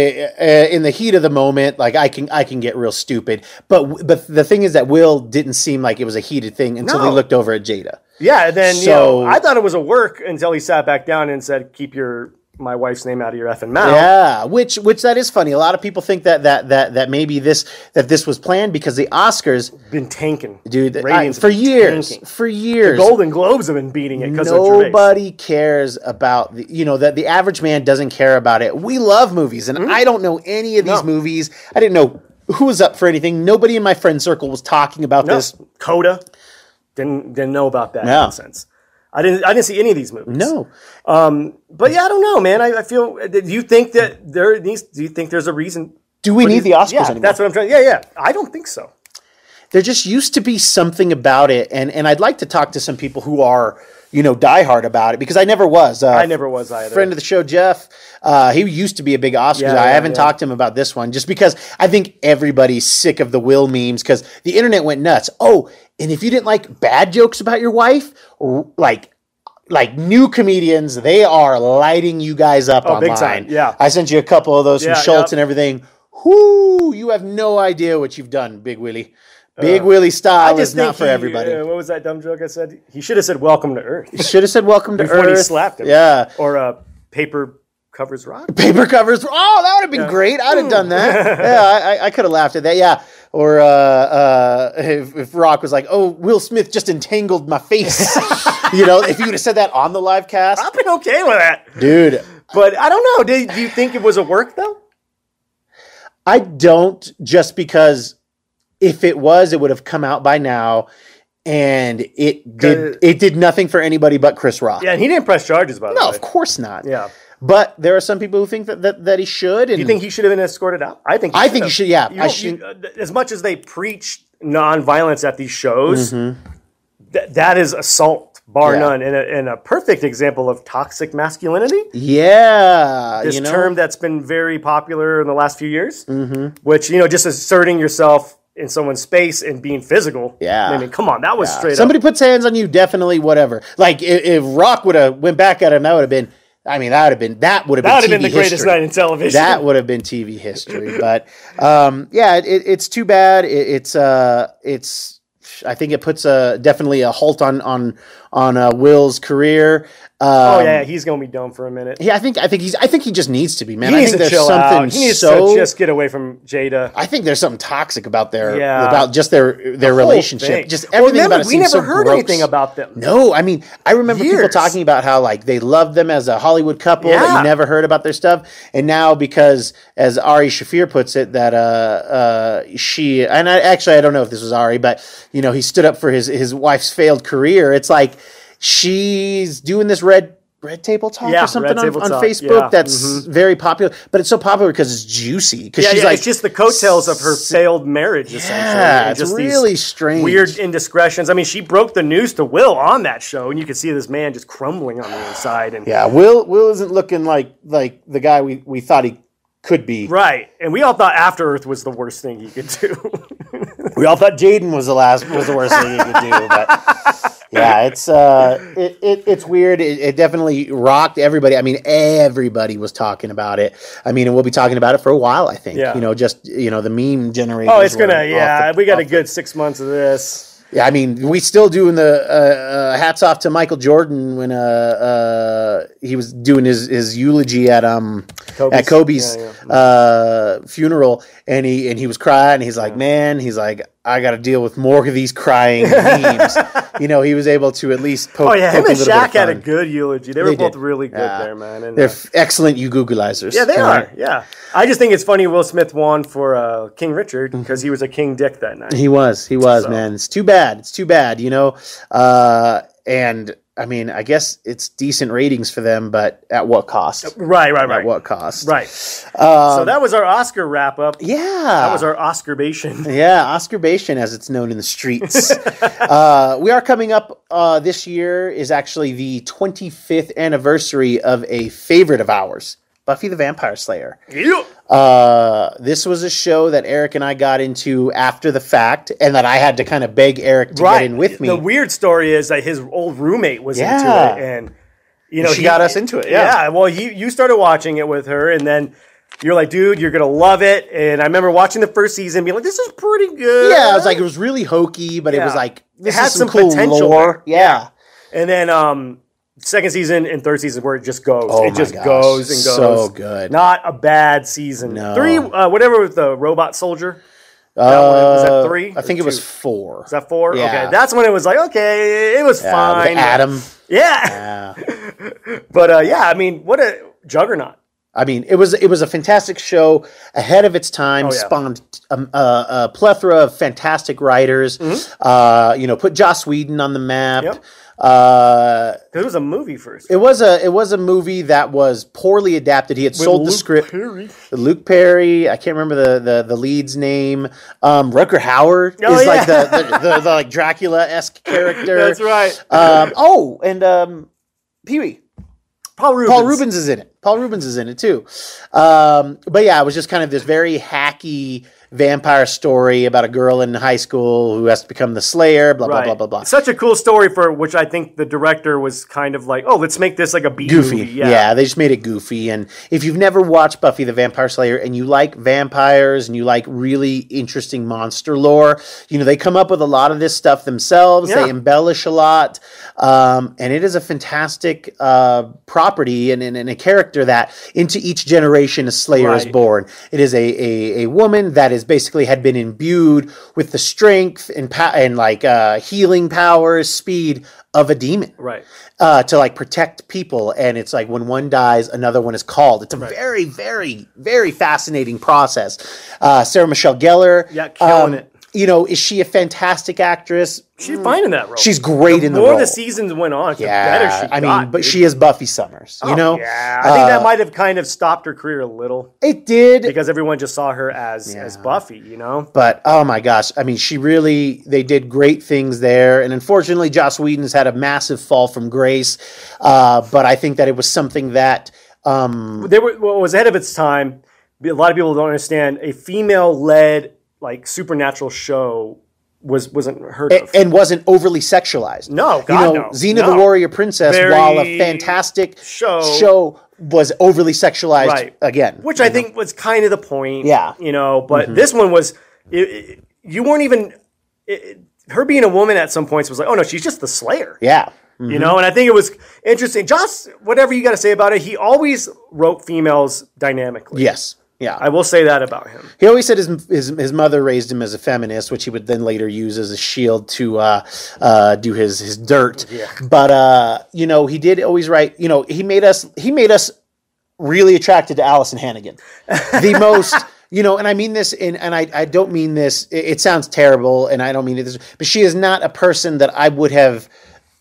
Speaker 1: uh in the heat of the moment like i can i can get real stupid but w- but the thing is that will didn't seem like it was a heated thing until he
Speaker 2: No.
Speaker 1: looked over at jada
Speaker 2: yeah and then you
Speaker 1: So-
Speaker 2: know I thought it was a work until he sat back down and said keep your my wife's name out of your effing mouth
Speaker 1: yeah which which that is funny a lot of people think that that that that maybe this that this was planned because the oscars
Speaker 2: been tanking
Speaker 1: dude I-
Speaker 2: Ratings
Speaker 1: for
Speaker 2: have been
Speaker 1: years
Speaker 2: tanking.
Speaker 1: for years
Speaker 2: Golden Globes have been beating it because of Gervais
Speaker 1: Nobody cares about the, you know, that the average man doesn't care about it. We love movies, and I don't know any of these
Speaker 2: Hmm? No.
Speaker 1: movies. I didn't know who was up for anything. Nobody in my friend circle was talking about
Speaker 2: no.
Speaker 1: this.
Speaker 2: Coda didn't didn't know about that
Speaker 1: Yeah.
Speaker 2: nonsense I didn't I didn't see any of these movies
Speaker 1: No,
Speaker 2: but yeah I don't know man I, I feel uh, do you think that there needs do you think there's a reason
Speaker 1: do we need the Oscars
Speaker 2: yeah
Speaker 1: anymore?
Speaker 2: that's what I'm trying yeah yeah I don't think so
Speaker 1: there just used to be something about it, and and I'd like to talk to some people who are you know diehard about it because I never was. Uh,
Speaker 2: I never was either
Speaker 1: friend of the show, Jeff. Uh, he used to be a big Oscars.
Speaker 2: Yeah,
Speaker 1: guy. I
Speaker 2: yeah,
Speaker 1: haven't
Speaker 2: yeah.
Speaker 1: talked to him about this one just because I think everybody's sick of the Will memes because the internet went nuts. Oh, and if you didn't like bad jokes about your wife, r- like. Like new comedians, they are lighting you guys up online.
Speaker 2: Oh, big time, yeah.
Speaker 1: I sent you a couple of those
Speaker 2: Yeah,
Speaker 1: from Schultz
Speaker 2: yeah.
Speaker 1: and everything. Whoo, you have no idea what you've done, Big Willie. Big Willie style
Speaker 2: Uh, I just
Speaker 1: is not
Speaker 2: think
Speaker 1: for
Speaker 2: he,
Speaker 1: everybody.
Speaker 2: uh, what was that dumb joke I said? He should have said "Welcome to Earth"
Speaker 1: Should have said welcome to
Speaker 2: [laughs] before
Speaker 1: Earth.
Speaker 2: he slapped him.
Speaker 1: Yeah.
Speaker 2: Or uh, paper covers rock.
Speaker 1: paper covers. Oh, that would have been great. I'd have done that. yeah, I- I, I could have laughed at that. Yeah. Or uh, uh, if, if Rock was like, "Oh, Will Smith just entangled my face,"
Speaker 2: [laughs]
Speaker 1: you know, if you would have said that on the live cast,
Speaker 2: I've been okay with that,
Speaker 1: dude,
Speaker 2: but I don't know. Did, do you think it was a work though?
Speaker 1: I don't. Just because if it was, it would have come out by now, and it did.
Speaker 2: Good.
Speaker 1: It did nothing for anybody but Chris Rock.
Speaker 2: Yeah, and he didn't press charges by the
Speaker 1: No,
Speaker 2: way.
Speaker 1: of course not.
Speaker 2: Yeah.
Speaker 1: But there are some people who think that that, that he should. And
Speaker 2: You think he should have been escorted out? I think. He
Speaker 1: I think he
Speaker 2: have.
Speaker 1: should- yeah,
Speaker 2: You
Speaker 1: I
Speaker 2: don't-
Speaker 1: should-
Speaker 2: you- uh, th- as much as they preach nonviolence at these shows, th- that is assault, bar
Speaker 1: Mm-hmm. Yeah.
Speaker 2: none, and a, and a perfect example of toxic masculinity.
Speaker 1: yeah,
Speaker 2: this
Speaker 1: you know?
Speaker 2: term that's been very popular in the last few years,
Speaker 1: Mm-hmm.
Speaker 2: which you know, just asserting yourself in someone's space and being physical.
Speaker 1: Yeah.
Speaker 2: I mean, come on, that was straight
Speaker 1: Somebody puts hands on you, definitely whatever. Like if, if Rock would have went back at him, that would have been. I mean, that would have been that would have
Speaker 2: up.
Speaker 1: been
Speaker 2: That would have
Speaker 1: TV
Speaker 2: been the greatest
Speaker 1: history.
Speaker 2: night in [laughs] television.
Speaker 1: That would have been TV history. But um, yeah, it, it, it's too bad. It, it's uh, it's. I think it puts a definitely a halt on on on uh, Will's career. Uh,
Speaker 2: oh yeah, he's gonna be dumb for a minute.
Speaker 1: yeah, I think I think he's I think he just needs to be man.
Speaker 2: He
Speaker 1: I
Speaker 2: needs
Speaker 1: think there's
Speaker 2: to chill
Speaker 1: something
Speaker 2: out. He needs
Speaker 1: so
Speaker 2: to just get away from Jada.
Speaker 1: I think there's something toxic about their
Speaker 2: Yeah.
Speaker 1: about just their their
Speaker 2: Whole
Speaker 1: relationship.
Speaker 2: thing.
Speaker 1: Just
Speaker 2: Well,
Speaker 1: everything
Speaker 2: remember,
Speaker 1: about it
Speaker 2: we
Speaker 1: seems
Speaker 2: never
Speaker 1: so
Speaker 2: heard
Speaker 1: gross.
Speaker 2: anything about them.
Speaker 1: No, I mean, I remember people
Speaker 2: Years.
Speaker 1: talking about how like they loved them as a Hollywood couple that
Speaker 2: Yeah.
Speaker 1: you never heard about their stuff, and now because, as Ari Shafir puts it, that uh, uh, she and I actually I don't know if this was Ari, but you know he stood up for his his wife's failed career. It's like she's doing this red. Red table talk
Speaker 2: Yeah,
Speaker 1: or something
Speaker 2: Red
Speaker 1: on,
Speaker 2: Table
Speaker 1: on
Speaker 2: Talk,
Speaker 1: Facebook
Speaker 2: yeah, Mm-hmm.
Speaker 1: that's very popular, but it's so popular because it's juicy. Because
Speaker 2: Yeah,
Speaker 1: she's
Speaker 2: yeah,
Speaker 1: like,
Speaker 2: it's just the coattails of her failed marriage, essentially.
Speaker 1: Yeah,
Speaker 2: and
Speaker 1: it's
Speaker 2: just these
Speaker 1: really strange.
Speaker 2: Weird indiscretions. I mean, she broke the news to Will on that show, and you could see this man just crumbling on the inside. And
Speaker 1: Yeah, Will Will isn't looking like like the guy we, we thought he could be.
Speaker 2: Right. And we all thought After Earth was the worst thing you could do.
Speaker 1: We all thought Jaden was the last was the worst thing you could do, but yeah, it's uh, it, it it's weird. It, it definitely rocked everybody. I mean, everybody was talking about it. I mean, and we'll be talking about it for a while. I think
Speaker 2: Yeah.
Speaker 1: you know, just you know, the meme generation.
Speaker 2: [laughs] oh, it's gonna. Yeah, we got a good six months of this.
Speaker 1: Yeah, I mean, we still doing the uh, uh, hats off to Michael Jordan when uh, uh, he was doing his, his eulogy at um
Speaker 2: Kobe's.
Speaker 1: at Kobe's
Speaker 2: Yeah,
Speaker 1: Uh, funeral, and he and he was crying. He's like, man, he's like, I got to deal with more of these crying
Speaker 2: [laughs]
Speaker 1: memes. you know, he was able to at least poke.
Speaker 2: Oh yeah,
Speaker 1: poke
Speaker 2: him
Speaker 1: a
Speaker 2: and
Speaker 1: little bit of
Speaker 2: Shaq had a
Speaker 1: fun.
Speaker 2: good eulogy. They were
Speaker 1: They did.
Speaker 2: both really good
Speaker 1: Yeah.
Speaker 2: there, man. And,
Speaker 1: They're
Speaker 2: uh,
Speaker 1: f- excellent, you Googleizers.
Speaker 2: yeah, they
Speaker 1: All
Speaker 2: are.
Speaker 1: right.
Speaker 2: Yeah, I just think it's funny Will Smith won for uh, King Richard because he was a King Dick that night.
Speaker 1: He was, he was, man. It's too bad. It's too bad, you know. Uh, and I mean, I guess it's decent ratings for them, but at what cost?
Speaker 2: Oh, Right, right, right,
Speaker 1: at what cost?
Speaker 2: right. so that was our Oscar wrap up.
Speaker 1: Yeah.
Speaker 2: That was our [laughs] Oscarbation.
Speaker 1: yeah, Oscarbation, as it's known in the
Speaker 2: [laughs]
Speaker 1: streets. uh, we are coming up uh, this year is actually the 25th anniversary of a favorite of ours, Buffy the Vampire Slayer. Uh, this was a show that Eric and I got into after the fact, and that I had to kind of beg Eric to get in with me.
Speaker 2: The weird story is that his old roommate was
Speaker 1: Yeah.
Speaker 2: into it, and you know
Speaker 1: She got us into it, yeah.
Speaker 2: well, you you started watching it with her, and then. You're like, dude, you're gonna love it. And I remember watching the first season, being like, this is pretty good.
Speaker 1: yeah, I was like, it was really hokey, but it was
Speaker 2: Yeah.
Speaker 1: like
Speaker 2: It
Speaker 1: this
Speaker 2: had
Speaker 1: is some,
Speaker 2: some
Speaker 1: cool
Speaker 2: potential
Speaker 1: lore. Yeah.
Speaker 2: And then um second season and third season where it just goes.
Speaker 1: Oh
Speaker 2: it
Speaker 1: my
Speaker 2: just
Speaker 1: gosh,
Speaker 2: goes and goes.
Speaker 1: so good.
Speaker 2: Not a bad season.
Speaker 1: No.
Speaker 2: Three uh, whatever with the robot soldier.
Speaker 1: Uh,
Speaker 2: one- was that three
Speaker 1: I
Speaker 2: or
Speaker 1: think it was
Speaker 2: two?
Speaker 1: four.
Speaker 2: Is that four?
Speaker 1: Yeah.
Speaker 2: Okay. That's when it was like, okay, it was
Speaker 1: Uh, with
Speaker 2: fine.
Speaker 1: Adam.
Speaker 2: Yeah.
Speaker 1: Uh,
Speaker 2: But uh yeah, I mean, what a juggernaut.
Speaker 1: I mean, it was it was a fantastic show ahead of its time.
Speaker 2: Oh, yeah.
Speaker 1: Spawned um, uh, a plethora of fantastic writers. Uh, you know, put Joss Whedon on the map.
Speaker 2: Mm-hmm. Yep.
Speaker 1: Uh,
Speaker 2: 'Cause It was a movie first.
Speaker 1: it was a it was a movie that was poorly adapted. He had sold the
Speaker 2: Luke
Speaker 1: script.
Speaker 2: Perry.
Speaker 1: Luke Perry, I can't remember the the, the lead's name. Um, Rutger Hauer
Speaker 2: Oh,
Speaker 1: is
Speaker 2: yeah.
Speaker 1: like the the, the, the like Dracula
Speaker 2: [laughs]
Speaker 1: esque character.
Speaker 2: That's right.
Speaker 1: Um, oh, and um, Pee Wee.
Speaker 2: Paul Rubens.
Speaker 1: Paul Rubens is in it. Paul Rubens is in it too. Um, but yeah, it was just kind of this very hacky vampire story about a girl in high school who has to become the Slayer. Blah blah
Speaker 2: Right.
Speaker 1: blah blah blah.
Speaker 2: Such a cool story for which I think the director was kind of like, oh, let's make this like a B
Speaker 1: goofy.
Speaker 2: movie.
Speaker 1: Yeah. they just made it goofy. And if you've never watched Buffy the Vampire Slayer and you like vampires and you like really interesting monster lore, you know, they come up with a lot of this stuff themselves.
Speaker 2: Yeah.
Speaker 1: They embellish a lot. Um, and it is a fantastic uh, property and, and, and a character that into each generation a Slayer is
Speaker 2: Right.
Speaker 1: born. It is a, a, a woman that is basically had been imbued with the strength and, pa- and like uh, healing powers, speed of a demon
Speaker 2: Right.
Speaker 1: uh, to like protect people. And it's like when one dies, another one is called. It's a very, very, very fascinating process. Uh, Sarah Michelle Gellar, um,
Speaker 2: Yeah, killing it.
Speaker 1: You know, is she a fantastic actress?
Speaker 2: She's fine in that role.
Speaker 1: She's great in the
Speaker 2: more
Speaker 1: role.
Speaker 2: the seasons went on, the
Speaker 1: yeah,
Speaker 2: better she
Speaker 1: I
Speaker 2: got.
Speaker 1: mean, but
Speaker 2: dude. Oh,
Speaker 1: she is Buffy Summers. You know, Uh,
Speaker 2: yeah, I think that might have kind of stopped her career a little
Speaker 1: it did.
Speaker 2: because everyone just saw her as as Buffy, you know.
Speaker 1: But oh my gosh, I mean, she really they did great things there, and unfortunately, Joss Whedon's had a massive fall from grace. Uh, but I think that it was something that um,
Speaker 2: They were what was ahead of its time. A lot of people don't understand a female led like supernatural show was wasn't heard of.
Speaker 1: and wasn't overly sexualized.
Speaker 2: No,
Speaker 1: you know,
Speaker 2: God, no.
Speaker 1: Xena the
Speaker 2: No.
Speaker 1: Warrior Princess,
Speaker 2: Very
Speaker 1: while a fantastic
Speaker 2: show-
Speaker 1: show was overly sexualized
Speaker 2: Right.
Speaker 1: again.
Speaker 2: which I think was kind of the point.
Speaker 1: Yeah. Mm-hmm.
Speaker 2: you know. But this one was it, it- you weren't even it, it- her being a woman at some points was like, oh no, she's just the Slayer.
Speaker 1: yeah,
Speaker 2: you know and i think it was interesting joss whatever you got to say about it he always wrote females dynamically
Speaker 1: yes, yeah.
Speaker 2: i will say that about him
Speaker 1: he always said his, his his mother raised him as a feminist, which he would then later use as a shield to uh, uh, do his his dirt. But uh, you know, he did always write. You know, he made us he made us really attracted to Allison Hannigan.
Speaker 2: [laughs]
Speaker 1: The most, you know, and I mean this, in, and I, I don't mean this, it, it sounds terrible, and I don't mean it this, but she is not a person that I would have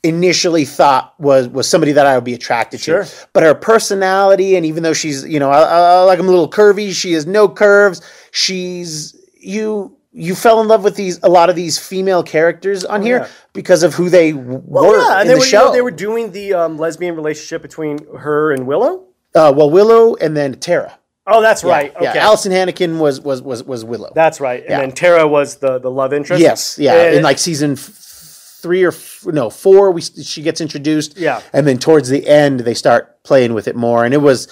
Speaker 1: initially thought was was somebody that I would be attracted
Speaker 2: Sure.
Speaker 1: to. But her personality, and even though she's, you know, I, I like I'm a little curvy, she has no curves. She's, you, you fell in love with these a lot of these female characters on here because of who they w- were
Speaker 2: Oh, yeah
Speaker 1: in
Speaker 2: and they
Speaker 1: the
Speaker 2: were, you
Speaker 1: show.
Speaker 2: know, they were doing the um, lesbian relationship between her and willow
Speaker 1: uh, well, Willow and then Tara.
Speaker 2: Oh, that's right.
Speaker 1: Yeah,
Speaker 2: okay.
Speaker 1: Allison Hannikin was was was was Willow.
Speaker 2: that's right. And then Tara was the, the love interest.
Speaker 1: yes, yeah.
Speaker 2: And-
Speaker 1: In like season f- three or f- no four, we she gets introduced.
Speaker 2: Yeah.
Speaker 1: and then towards the end, they start playing with it more, and it was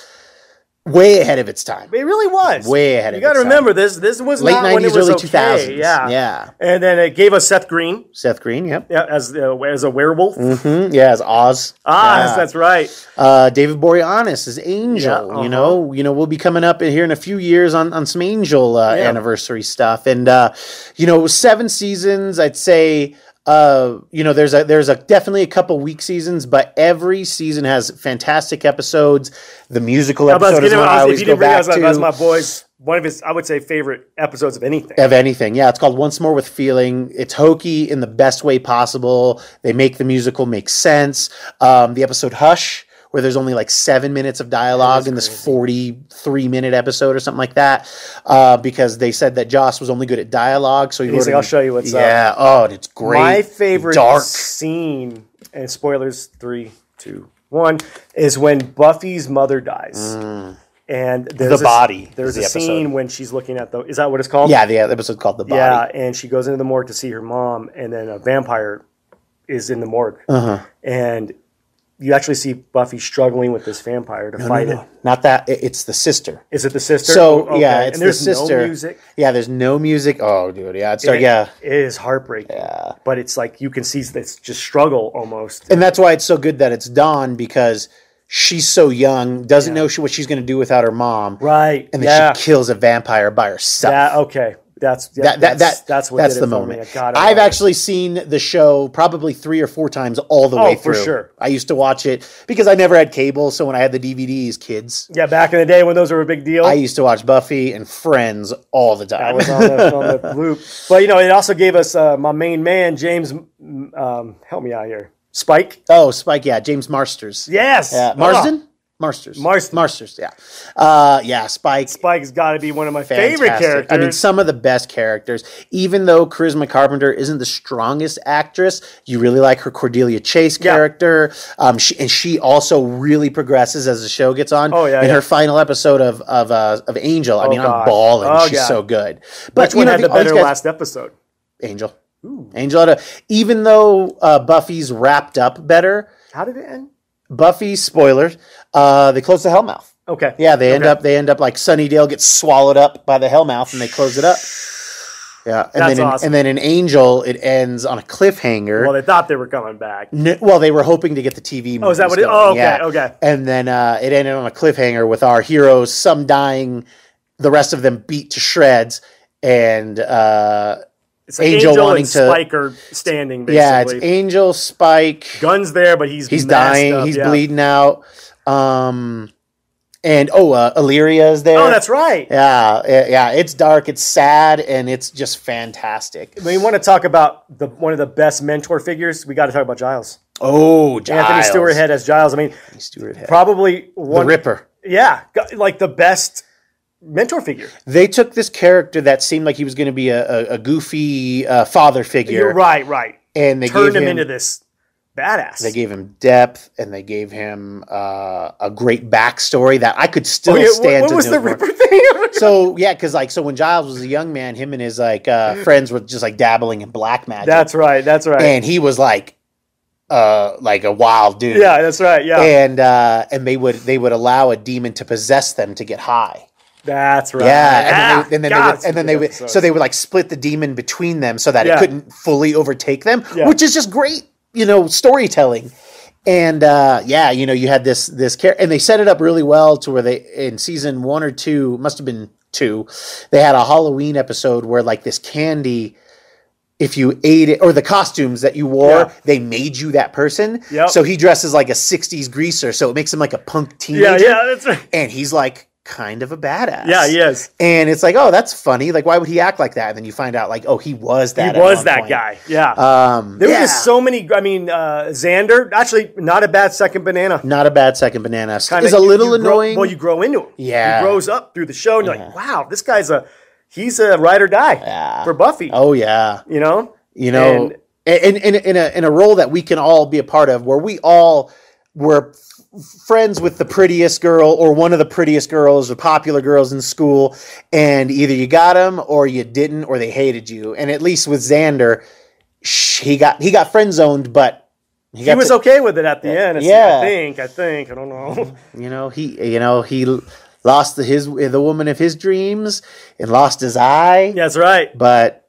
Speaker 1: way ahead of its time.
Speaker 2: It really was.
Speaker 1: Way ahead
Speaker 2: You
Speaker 1: of
Speaker 2: got to
Speaker 1: its time.
Speaker 2: remember this. This was
Speaker 1: Late
Speaker 2: not when it
Speaker 1: nineties,
Speaker 2: was
Speaker 1: early
Speaker 2: okay.
Speaker 1: two thousands.
Speaker 2: Yeah.
Speaker 1: yeah.
Speaker 2: And then it gave us Seth Green
Speaker 1: Seth Green. Yep.
Speaker 2: yeah, as uh, as a werewolf.
Speaker 1: Mm, yeah, as Oz.
Speaker 2: Ah,
Speaker 1: Yeah.
Speaker 2: yes, that's right.
Speaker 1: Uh, David Boreanaz is Angel.
Speaker 2: Yeah, uh-huh.
Speaker 1: You know, you know, we'll be coming up in here in a few years on on some Angel uh,
Speaker 2: Yeah.
Speaker 1: anniversary stuff, and uh, you know, seven seasons. I'd say, uh, you know, there's a there's a definitely a couple weak seasons, but every season has fantastic episodes. The musical
Speaker 2: How about
Speaker 1: episode is
Speaker 2: Skinner
Speaker 1: one I
Speaker 2: Mouse? If
Speaker 1: always
Speaker 2: you
Speaker 1: go
Speaker 2: didn't
Speaker 1: back
Speaker 2: realize
Speaker 1: to.
Speaker 2: that, that's my boy's one of his, I would say, favorite episodes of anything.
Speaker 1: of anything. Yeah, it's called Once More with Feeling. It's hokey in the best way possible. They make the musical make sense. Um, the episode Hush, where there's only like seven minutes of dialogue in this 43 minute episode or something like that, uh, because they said that Joss was only good at dialogue. So he
Speaker 2: he's
Speaker 1: wrote
Speaker 2: like,
Speaker 1: an-
Speaker 2: "I'll show you what's up."
Speaker 1: yeah, Oh, and it's great.
Speaker 2: My favorite
Speaker 1: Dark.
Speaker 2: scene, and spoilers three, two, one, is when Buffy's mother dies. And
Speaker 1: Mm.
Speaker 2: there's
Speaker 1: The
Speaker 2: a s-
Speaker 1: Body
Speaker 2: There's
Speaker 1: is the
Speaker 2: a scene
Speaker 1: episode.
Speaker 2: when she's looking at the. Is that what it's called?
Speaker 1: Yeah, the episode called The Body.
Speaker 2: Yeah, and she goes into the morgue to see her mom, and then a vampire is in the morgue,
Speaker 1: Uh-huh.
Speaker 2: and you actually see Buffy struggling with this vampire to fight it.
Speaker 1: Not that, it- it's the sister.
Speaker 2: Is it the sister?
Speaker 1: So
Speaker 2: Oh, okay.
Speaker 1: yeah, it's
Speaker 2: and there's
Speaker 1: the sister.
Speaker 2: No music.
Speaker 1: Yeah, there's no music. Oh, dude, yeah, it's dark. yeah,
Speaker 2: it is heartbreaking. Yeah, but it's like you can see this just struggle almost.
Speaker 1: and that's why it's so good that it's Dawn because she's so young, doesn't know she, what she's going to do without her mom,
Speaker 2: Right.
Speaker 1: and then
Speaker 2: yeah.
Speaker 1: she kills a vampire by herself.
Speaker 2: that okay. That's yeah,
Speaker 1: that, that,
Speaker 2: that's
Speaker 1: that-
Speaker 2: that's what
Speaker 1: that's
Speaker 2: did
Speaker 1: the
Speaker 2: it for me.
Speaker 1: moment.
Speaker 2: God, I
Speaker 1: I've
Speaker 2: love it.
Speaker 1: actually seen the show probably three or four times all the way
Speaker 2: Oh, for
Speaker 1: through.
Speaker 2: sure.
Speaker 1: I used to watch it because I never had cable, so when I had the DVDs, kids,
Speaker 2: yeah back in the day when those were a big deal.
Speaker 1: I used to watch Buffy and Friends all the time.
Speaker 2: I was on the,
Speaker 1: [laughs]
Speaker 2: on the loop. But you know, it also gave us uh, my main man James. mm, Um, help me out here, Spike.
Speaker 1: oh, Spike, yeah, James Marsters,
Speaker 2: Yes,
Speaker 1: Uh, Marsden. Marsters.
Speaker 2: Oh. Marsden.
Speaker 1: Marsters, yeah. Uh, yeah, Spike.
Speaker 2: Spike's got to be one of my favorite
Speaker 1: Fantastic. I
Speaker 2: characters.
Speaker 1: mean, some of the best characters. Even though Charisma Carpenter isn't the strongest actress, you really like her Cordelia Chase
Speaker 2: Yeah.
Speaker 1: character. Um, she and she also really progresses as the show gets on.
Speaker 2: Oh, yeah,
Speaker 1: In
Speaker 2: yeah.
Speaker 1: her final episode of of uh, of Angel, I mean, I'm
Speaker 2: gosh.
Speaker 1: balling.
Speaker 2: Oh,
Speaker 1: She's
Speaker 2: God.
Speaker 1: so good. But
Speaker 2: Which one had the
Speaker 1: all these
Speaker 2: better
Speaker 1: guys-
Speaker 2: last episode?
Speaker 1: Angel. Angel, had a- even though uh, Buffy's wrapped up better,
Speaker 2: How did it end?
Speaker 1: Buffy spoilers. Uh, they close the Hellmouth.
Speaker 2: Okay.
Speaker 1: Yeah, they end up they end up like Sunnydale gets swallowed up by the Hellmouth and they close it up. Yeah, and
Speaker 2: That's
Speaker 1: then in,
Speaker 2: awesome.
Speaker 1: and then in Angel it ends on a cliffhanger.
Speaker 2: Well,
Speaker 1: Well,
Speaker 2: they thought they were coming back.
Speaker 1: they, well, they were hoping to get the TV. Oh,
Speaker 2: is that what it- oh, okay, okay.
Speaker 1: And then uh, it ended on a cliffhanger with our heroes, some dying, the rest of them beat to shreds, and uh,
Speaker 2: It's like
Speaker 1: Angel
Speaker 2: Angel,
Speaker 1: wanting
Speaker 2: and
Speaker 1: to-
Speaker 2: Spike are standing. Basically.
Speaker 1: yeah, it's Angel, Spike,
Speaker 2: Guns there, but he's
Speaker 1: he's
Speaker 2: messed
Speaker 1: dying,
Speaker 2: up,
Speaker 1: he's
Speaker 2: yeah.
Speaker 1: bleeding out, um, and oh, uh, Illyria is there.
Speaker 2: Oh, that's right.
Speaker 1: Yeah, yeah, yeah, it's dark, it's sad, and it's just fantastic.
Speaker 2: We want to talk about the one of the best mentor figures. We got to talk about Giles.
Speaker 1: Oh, Giles.
Speaker 2: Anthony Stewart Head as Giles. I mean,
Speaker 1: Stewart Head.
Speaker 2: probably
Speaker 1: The
Speaker 2: one.
Speaker 1: Ripper.
Speaker 2: Yeah, got- like the best mentor figure.
Speaker 1: They took this character that seemed like he was going to be a, a, a goofy uh, father figure,
Speaker 2: You're right, right.
Speaker 1: and they
Speaker 2: Turned
Speaker 1: gave
Speaker 2: him,
Speaker 1: him,
Speaker 2: into this badass.
Speaker 1: They gave him depth, and they gave him uh, a great backstory that I could still
Speaker 2: Oh, yeah,
Speaker 1: stand.
Speaker 2: what, what
Speaker 1: to
Speaker 2: was
Speaker 1: know
Speaker 2: the
Speaker 1: more.
Speaker 2: Ripper thing?
Speaker 1: [laughs] So yeah, because like so when Giles was a young man, him and his like uh, friends were just like dabbling in black magic,
Speaker 2: Mm. that's right. That's right.
Speaker 1: and he was like, uh, like a wild dude.
Speaker 2: yeah, that's right. Yeah,
Speaker 1: and uh, and they would they would allow a demon to possess them to get high.
Speaker 2: that's right. Ah,
Speaker 1: Yeah, and then they, and then
Speaker 2: God,
Speaker 1: they would, and then they would
Speaker 2: episodes.
Speaker 1: so they would like split the demon between them so that it
Speaker 2: Yeah.
Speaker 1: couldn't fully overtake them,
Speaker 2: Yeah.
Speaker 1: which is just great, you know, storytelling. And uh, yeah, you know, you had this this care, and they set it up really well to where they in season one or two must have been two, they had a Halloween episode where like this candy. If you ate it, or the costumes that you wore,
Speaker 2: Yeah.
Speaker 1: they made you that person.
Speaker 2: Yep.
Speaker 1: So he dresses like a '60s greaser, so it makes him like a punk teenager
Speaker 2: [laughs] yeah, yeah, that's right.
Speaker 1: and he's like kind of a badass.
Speaker 2: Yeah, he is.
Speaker 1: And it's like, oh, that's funny. Like, why would he act like that? And then you find out, like, oh, he was that.
Speaker 2: He
Speaker 1: at
Speaker 2: was
Speaker 1: one
Speaker 2: that
Speaker 1: point.
Speaker 2: guy. Yeah.
Speaker 1: Um,
Speaker 2: there
Speaker 1: yeah.
Speaker 2: was so many. I mean, uh, Xander actually not a bad second banana.
Speaker 1: not a bad second banana.
Speaker 2: Kinda-
Speaker 1: is a
Speaker 2: you-
Speaker 1: little
Speaker 2: you grow-
Speaker 1: annoying.
Speaker 2: well, you grow into him.
Speaker 1: Yeah.
Speaker 2: he grows up through the show, and you're like, wow, this guy's a he's a ride or die for Buffy.
Speaker 1: oh yeah,
Speaker 2: You know,
Speaker 1: you know,
Speaker 2: And-
Speaker 1: and in in a in a role that we can all be a part of, where we all were friends with the prettiest girl or one of the prettiest girls or popular girls in school, and either you got them or you didn't, or they hated you. And at least with Xander, sh- he got he got friend zoned, but he,
Speaker 2: He
Speaker 1: got
Speaker 2: was
Speaker 1: to-
Speaker 2: okay with it at the end. It's-
Speaker 1: Yeah.
Speaker 2: I think. I think. I don't know. [laughs]
Speaker 1: you know he you know he l- lost the, his the woman of his dreams and lost his eye,
Speaker 2: Yeah, that's right.
Speaker 1: but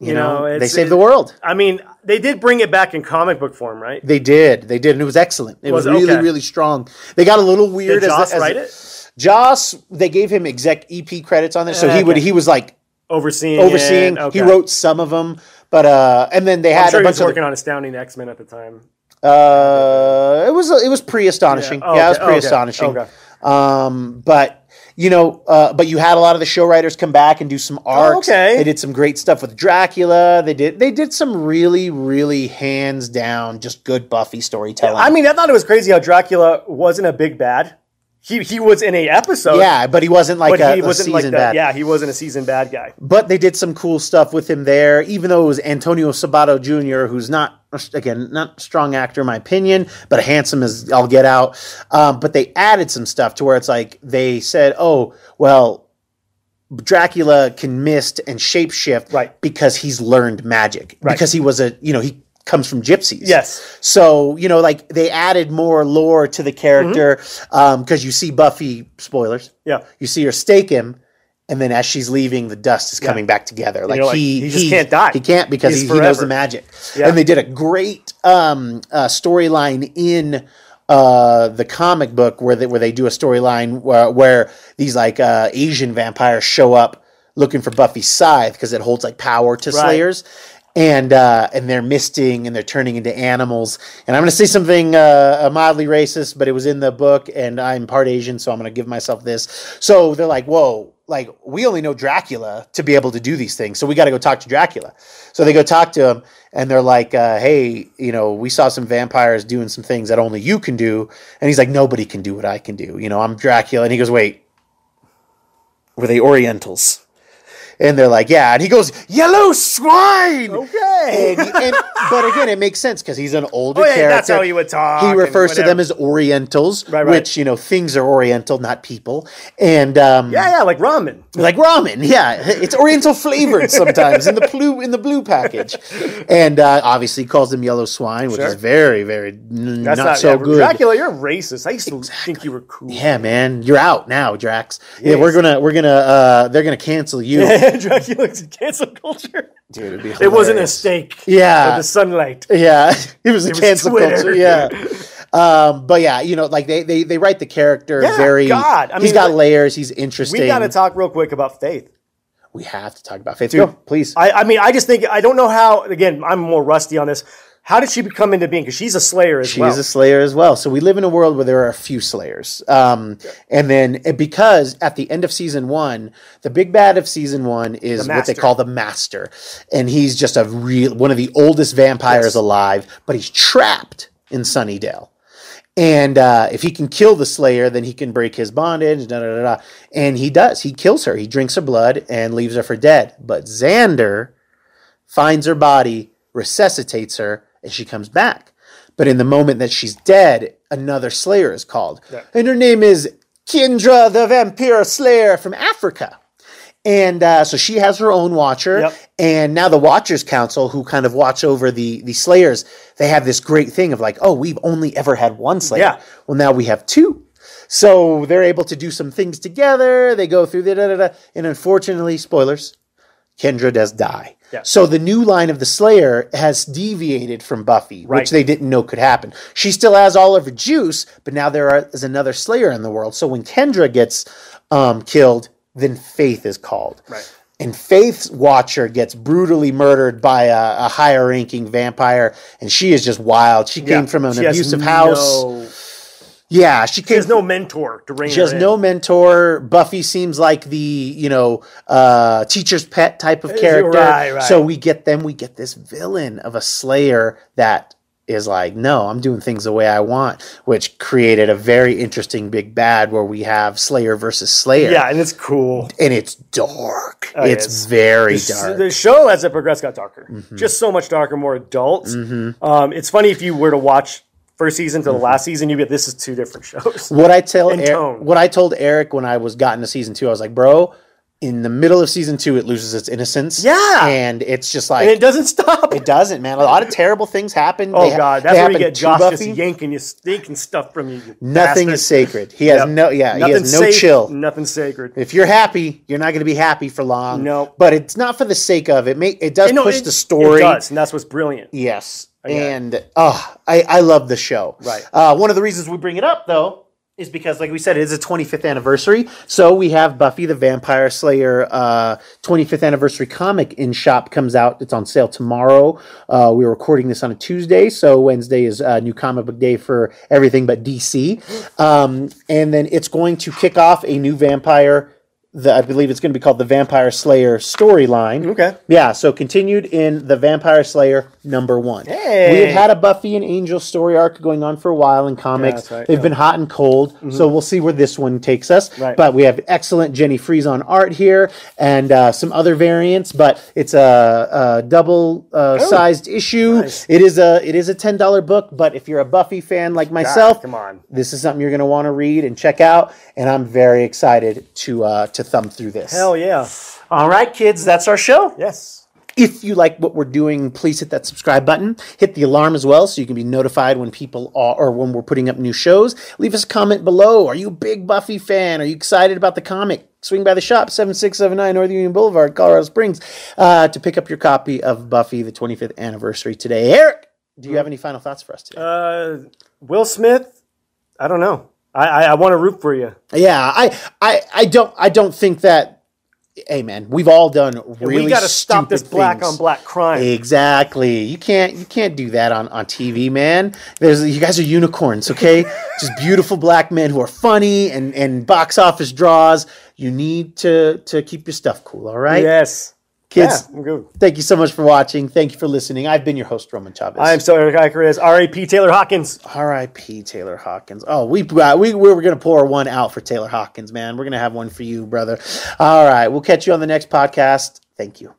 Speaker 1: you,
Speaker 2: You know,
Speaker 1: know, they
Speaker 2: it's-
Speaker 1: saved
Speaker 2: it-
Speaker 1: the world.
Speaker 2: I mean, they did bring it back in comic book form, right?
Speaker 1: They did. They did, and it was excellent. It was,
Speaker 2: Was it?
Speaker 1: really,
Speaker 2: Okay.
Speaker 1: really strong. They got a little weird.
Speaker 2: Did
Speaker 1: as the-
Speaker 2: Joss
Speaker 1: as
Speaker 2: write
Speaker 1: the-
Speaker 2: it?
Speaker 1: Joss, they gave him exec EP credits on there, so
Speaker 2: Uh,
Speaker 1: he would.
Speaker 2: okay.
Speaker 1: He was like
Speaker 2: Overseeing.
Speaker 1: overseeing.
Speaker 2: It. Okay.
Speaker 1: He wrote some of them, but uh, and then they had
Speaker 2: I'm sure
Speaker 1: a
Speaker 2: he
Speaker 1: bunch
Speaker 2: was
Speaker 1: of.
Speaker 2: working on Astounding X Men at the time.
Speaker 1: Uh, it was it was pre astonishing. Yeah,
Speaker 2: Yeah. Oh,
Speaker 1: it was
Speaker 2: okay.
Speaker 1: pre
Speaker 2: Okay.
Speaker 1: astonishing.
Speaker 2: Okay.
Speaker 1: Um, but you know, uh, but you had a lot of the show writers come back and do some arcs.
Speaker 2: Oh, okay.
Speaker 1: they did some great stuff with Dracula. They did they did some really really hands down just good Buffy storytelling.
Speaker 2: I mean, I thought it was crazy how Dracula wasn't a big bad. He he was in a episode.
Speaker 1: yeah, but he wasn't like
Speaker 2: But
Speaker 1: a,
Speaker 2: he
Speaker 1: a
Speaker 2: wasn't
Speaker 1: season
Speaker 2: like that.
Speaker 1: bad.
Speaker 2: Yeah, he wasn't a season bad guy.
Speaker 1: But they did some cool stuff with him there, even though it was Antonio Sabato Jr., who's not, again, not a strong actor in my opinion, but handsome as I'll get out. Um, but they added some stuff to where it's like they said, oh, well, Dracula can mist and shapeshift
Speaker 2: Right.
Speaker 1: because he's learned magic.
Speaker 2: Right.
Speaker 1: Because he was a, you know, he comes from gypsies.
Speaker 2: Yes.
Speaker 1: So, you know, like they added more lore to the character because
Speaker 2: Mm-hmm.
Speaker 1: you see Buffy, spoilers
Speaker 2: Yeah.
Speaker 1: you see her stake him, and then as she's leaving, the dust is coming back together. Like,
Speaker 2: you're like,
Speaker 1: he,
Speaker 2: he just can't die.
Speaker 1: He can't because he,
Speaker 2: He's
Speaker 1: he knows
Speaker 2: forever.
Speaker 1: the magic.
Speaker 2: Yeah.
Speaker 1: And they did a great um, uh, storyline in uh, the comic book where they, where they do a storyline where, where these like uh, Asian vampires show up looking for Buffy's scythe because it holds like power to slayers. And uh, and they're misting and they're turning into animals. And I'm going to say something uh, uh, mildly racist, but it was in the book, and I'm part Asian, so I'm going to give myself this. So they're like, "Whoa, like we only know Dracula to be able to do these things, so we got to go talk to Dracula." So they go talk to him, and they're like, uh, "Hey, you know, we saw some vampires doing some things that only you can do," and he's like, "Nobody can do what I can do. You know, I'm Dracula." And he goes, "Wait, were they Orientals?" And they're like, "Yeah," and he goes, "Yellow swine."
Speaker 2: Okay.
Speaker 1: And, and, but again, it makes sense because he's an older
Speaker 2: Oh, yeah,
Speaker 1: character.
Speaker 2: that's how he would talk
Speaker 1: He
Speaker 2: and
Speaker 1: refers to
Speaker 2: whatever.
Speaker 1: them as Orientals,
Speaker 2: Right, right.
Speaker 1: which you know things are Oriental, not people. And um,
Speaker 2: Yeah, yeah, like ramen.
Speaker 1: like ramen. Yeah, it's Oriental
Speaker 2: [laughs]
Speaker 1: flavored sometimes in the blue in the blue package, and uh, obviously calls them yellow swine, which is
Speaker 2: Sure.
Speaker 1: very very n- not,
Speaker 2: That's not,
Speaker 1: so
Speaker 2: yeah,
Speaker 1: good.
Speaker 2: Dracula, you're racist. I used to think you were cool.
Speaker 1: Yeah, man, you're out now, Drax. Yeah, we're gonna we're gonna uh, they're gonna cancel
Speaker 2: [laughs]
Speaker 1: you.
Speaker 2: Dracula's cancel culture.
Speaker 1: Dude, it'd be
Speaker 2: It wasn't a
Speaker 1: hilarious.
Speaker 2: steak.
Speaker 1: Yeah.
Speaker 2: But the sunlight.
Speaker 1: Yeah, [laughs] it was a cancel
Speaker 2: Twitter.
Speaker 1: culture. Yeah, um, but yeah, you know, like they they, they write the character
Speaker 2: Yeah,
Speaker 1: very.
Speaker 2: God, I
Speaker 1: he's
Speaker 2: mean,
Speaker 1: got
Speaker 2: like-
Speaker 1: layers. He's interesting.
Speaker 2: We got to talk real quick about faith.
Speaker 1: We have to talk about Faith. Go, please.
Speaker 2: I, I mean, I just think I don't know how. Again, I'm more rusty on this. How did she become into being? Because she's a Slayer as
Speaker 1: She's
Speaker 2: well.
Speaker 1: a slayer as well. So we live in a world where there are a few slayers. Um, And then and because at the end of season one, the big bad of season one is what they
Speaker 2: Master.
Speaker 1: call the master, and he's just a real one of the oldest vampires alive, but he's trapped in Sunnydale. And uh, if he can kill the Slayer, then he can break his bondage. Da, da, da, da. And he does. He kills her. He drinks her blood and leaves her for dead. But Xander finds her body, resuscitates her, and she comes back. But in the moment that she's dead, another Slayer is called. And her name is Kendra the Vampire Slayer from Africa. And uh, so she has her own watcher,
Speaker 2: Yep.
Speaker 1: and now the Watchers Council, who kind of watch over the the Slayers, they have this great thing of like, oh, we've only ever had one Slayer.
Speaker 2: Yeah.
Speaker 1: Well, now we have two, so they're able to do some things together. They go through the da da da, and unfortunately, spoilers, Kendra does die.
Speaker 2: Yeah.
Speaker 1: So the new line of the Slayer has deviated from Buffy, which
Speaker 2: Right.
Speaker 1: they didn't know could happen. She still has all of her juice, but now there are, is another Slayer in the world. So when Kendra gets um, killed, then Faith is called.
Speaker 2: Right.
Speaker 1: And Faith's Watcher gets brutally murdered by a, a higher ranking vampire, and she is just wild. She
Speaker 2: Yeah.
Speaker 1: came from an
Speaker 2: She has
Speaker 1: abusive house.
Speaker 2: no-
Speaker 1: Yeah, she
Speaker 2: she
Speaker 1: came
Speaker 2: has no mentor to rein
Speaker 1: she has
Speaker 2: her in.
Speaker 1: no mentor. Buffy seems like the you know uh, teacher's pet type of character.
Speaker 2: right, right.
Speaker 1: So we get them. We get this villain of a Slayer that is like, no, I'm doing things the way I want, which created a very interesting big bad where we have Slayer versus Slayer.
Speaker 2: Yeah, Oh, and it's cool.
Speaker 1: and it's dark.
Speaker 2: yeah,
Speaker 1: it's
Speaker 2: it's-
Speaker 1: very
Speaker 2: S-
Speaker 1: dark. Mm-hmm.
Speaker 2: The show as it progressed got darker, just so much darker, more adult. Um, it's funny if you were to watch first season to the
Speaker 1: Mm-hmm.
Speaker 2: last season, you get this is two different [laughs] shows.
Speaker 1: What I tell
Speaker 2: And
Speaker 1: Eric,
Speaker 2: tone.
Speaker 1: what I told Eric when I was gotten to season two, I was like, bro, in the middle of season two, it loses its innocence.
Speaker 2: Yeah.
Speaker 1: and it's just like
Speaker 2: And it doesn't stop.
Speaker 1: it doesn't, man. A lot of terrible things happen.
Speaker 2: Oh
Speaker 1: They ha-
Speaker 2: God,
Speaker 1: they
Speaker 2: that's where you
Speaker 1: happened
Speaker 2: get
Speaker 1: to
Speaker 2: Josh just
Speaker 1: Buffy.
Speaker 2: yanking you, yanking stuff from you. you
Speaker 1: Nothing
Speaker 2: bastard.
Speaker 1: is sacred. He has
Speaker 2: Yep.
Speaker 1: no, yeah, he has
Speaker 2: Nothing's
Speaker 1: no
Speaker 2: safe,
Speaker 1: chill.
Speaker 2: Nothing sacred.
Speaker 1: If you're happy, you're not going to be happy for long.
Speaker 2: No.
Speaker 1: but it's not for the sake of it. May, it does
Speaker 2: You know,
Speaker 1: push
Speaker 2: it-
Speaker 1: the story.
Speaker 2: It does, and that's what's brilliant.
Speaker 1: Yes.
Speaker 2: yeah.
Speaker 1: And oh, I, I love the show.
Speaker 2: Right.
Speaker 1: Uh, one of the reasons we bring it up, though, is because, like we said, it is a 25th anniversary. So we have Buffy the Vampire Slayer uh, 25th anniversary comic in shop comes out. It's on sale tomorrow. Uh, we're recording this on a Tuesday. So Wednesday is uh, new comic book day for everything but DC. Um, and then it's going to kick off a new vampire. The, I believe it's going to be called the Vampire Slayer storyline.
Speaker 2: Okay.
Speaker 1: Yeah, so continued in The Vampire Slayer number one. We had had a Buffy and Angel story arc going on for a while in comics.
Speaker 2: that's right,
Speaker 1: They've been hot and cold, so we'll see where this one takes us.
Speaker 2: Right.
Speaker 1: But we have excellent Jenny Frieson art here and uh, some other variants, but it's a, a double uh, sized issue. It is a it is a ten dollar book, but if you're a Buffy fan like myself,
Speaker 2: come on.
Speaker 1: this is something you're going to want to read and check out. And I'm very excited to uh, to thumb through this.
Speaker 2: Hell yeah.
Speaker 1: All right, kids, that's our show.
Speaker 2: Yes.
Speaker 1: If you like what we're doing, please hit that subscribe button. Hit the alarm as well so you can be notified when people are or when we're putting up new shows. Leave us a comment below. Are you a big Buffy fan? Are you excited about the comic? Swing by the shop, 7679 North Union Boulevard, Colorado Springs, uh, to pick up your copy of Buffy, the 25th anniversary today. Eric, do you have any final thoughts for us today?
Speaker 2: Uh, Will Smith. I don't know. I I, I want to root for you.
Speaker 1: yeah, I, I, I don't, I don't think that. Hey, man, we've all done really
Speaker 2: we got to stop this
Speaker 1: stupid
Speaker 2: black
Speaker 1: things.
Speaker 2: on black crime.
Speaker 1: Exactly. You can't you can't do that on, on TV, man. There's you guys are unicorns, okay? [laughs] Just beautiful black men who are funny and, and box office draws. You need to to keep your stuff cool, all right?
Speaker 2: Yes.
Speaker 1: Kids,
Speaker 2: Yeah, I'm good.
Speaker 1: thank you so much for watching. Thank you for listening. I've been your host, Roman Chavez.
Speaker 2: I am so Eric Icarus. R.A.P. Taylor Hawkins.
Speaker 1: R.I.P. Taylor Hawkins. Oh, we uh, we we were gonna pour one out for Taylor Hawkins, man. We're gonna have one for you, brother. All right, we'll catch you on the next podcast. Thank you.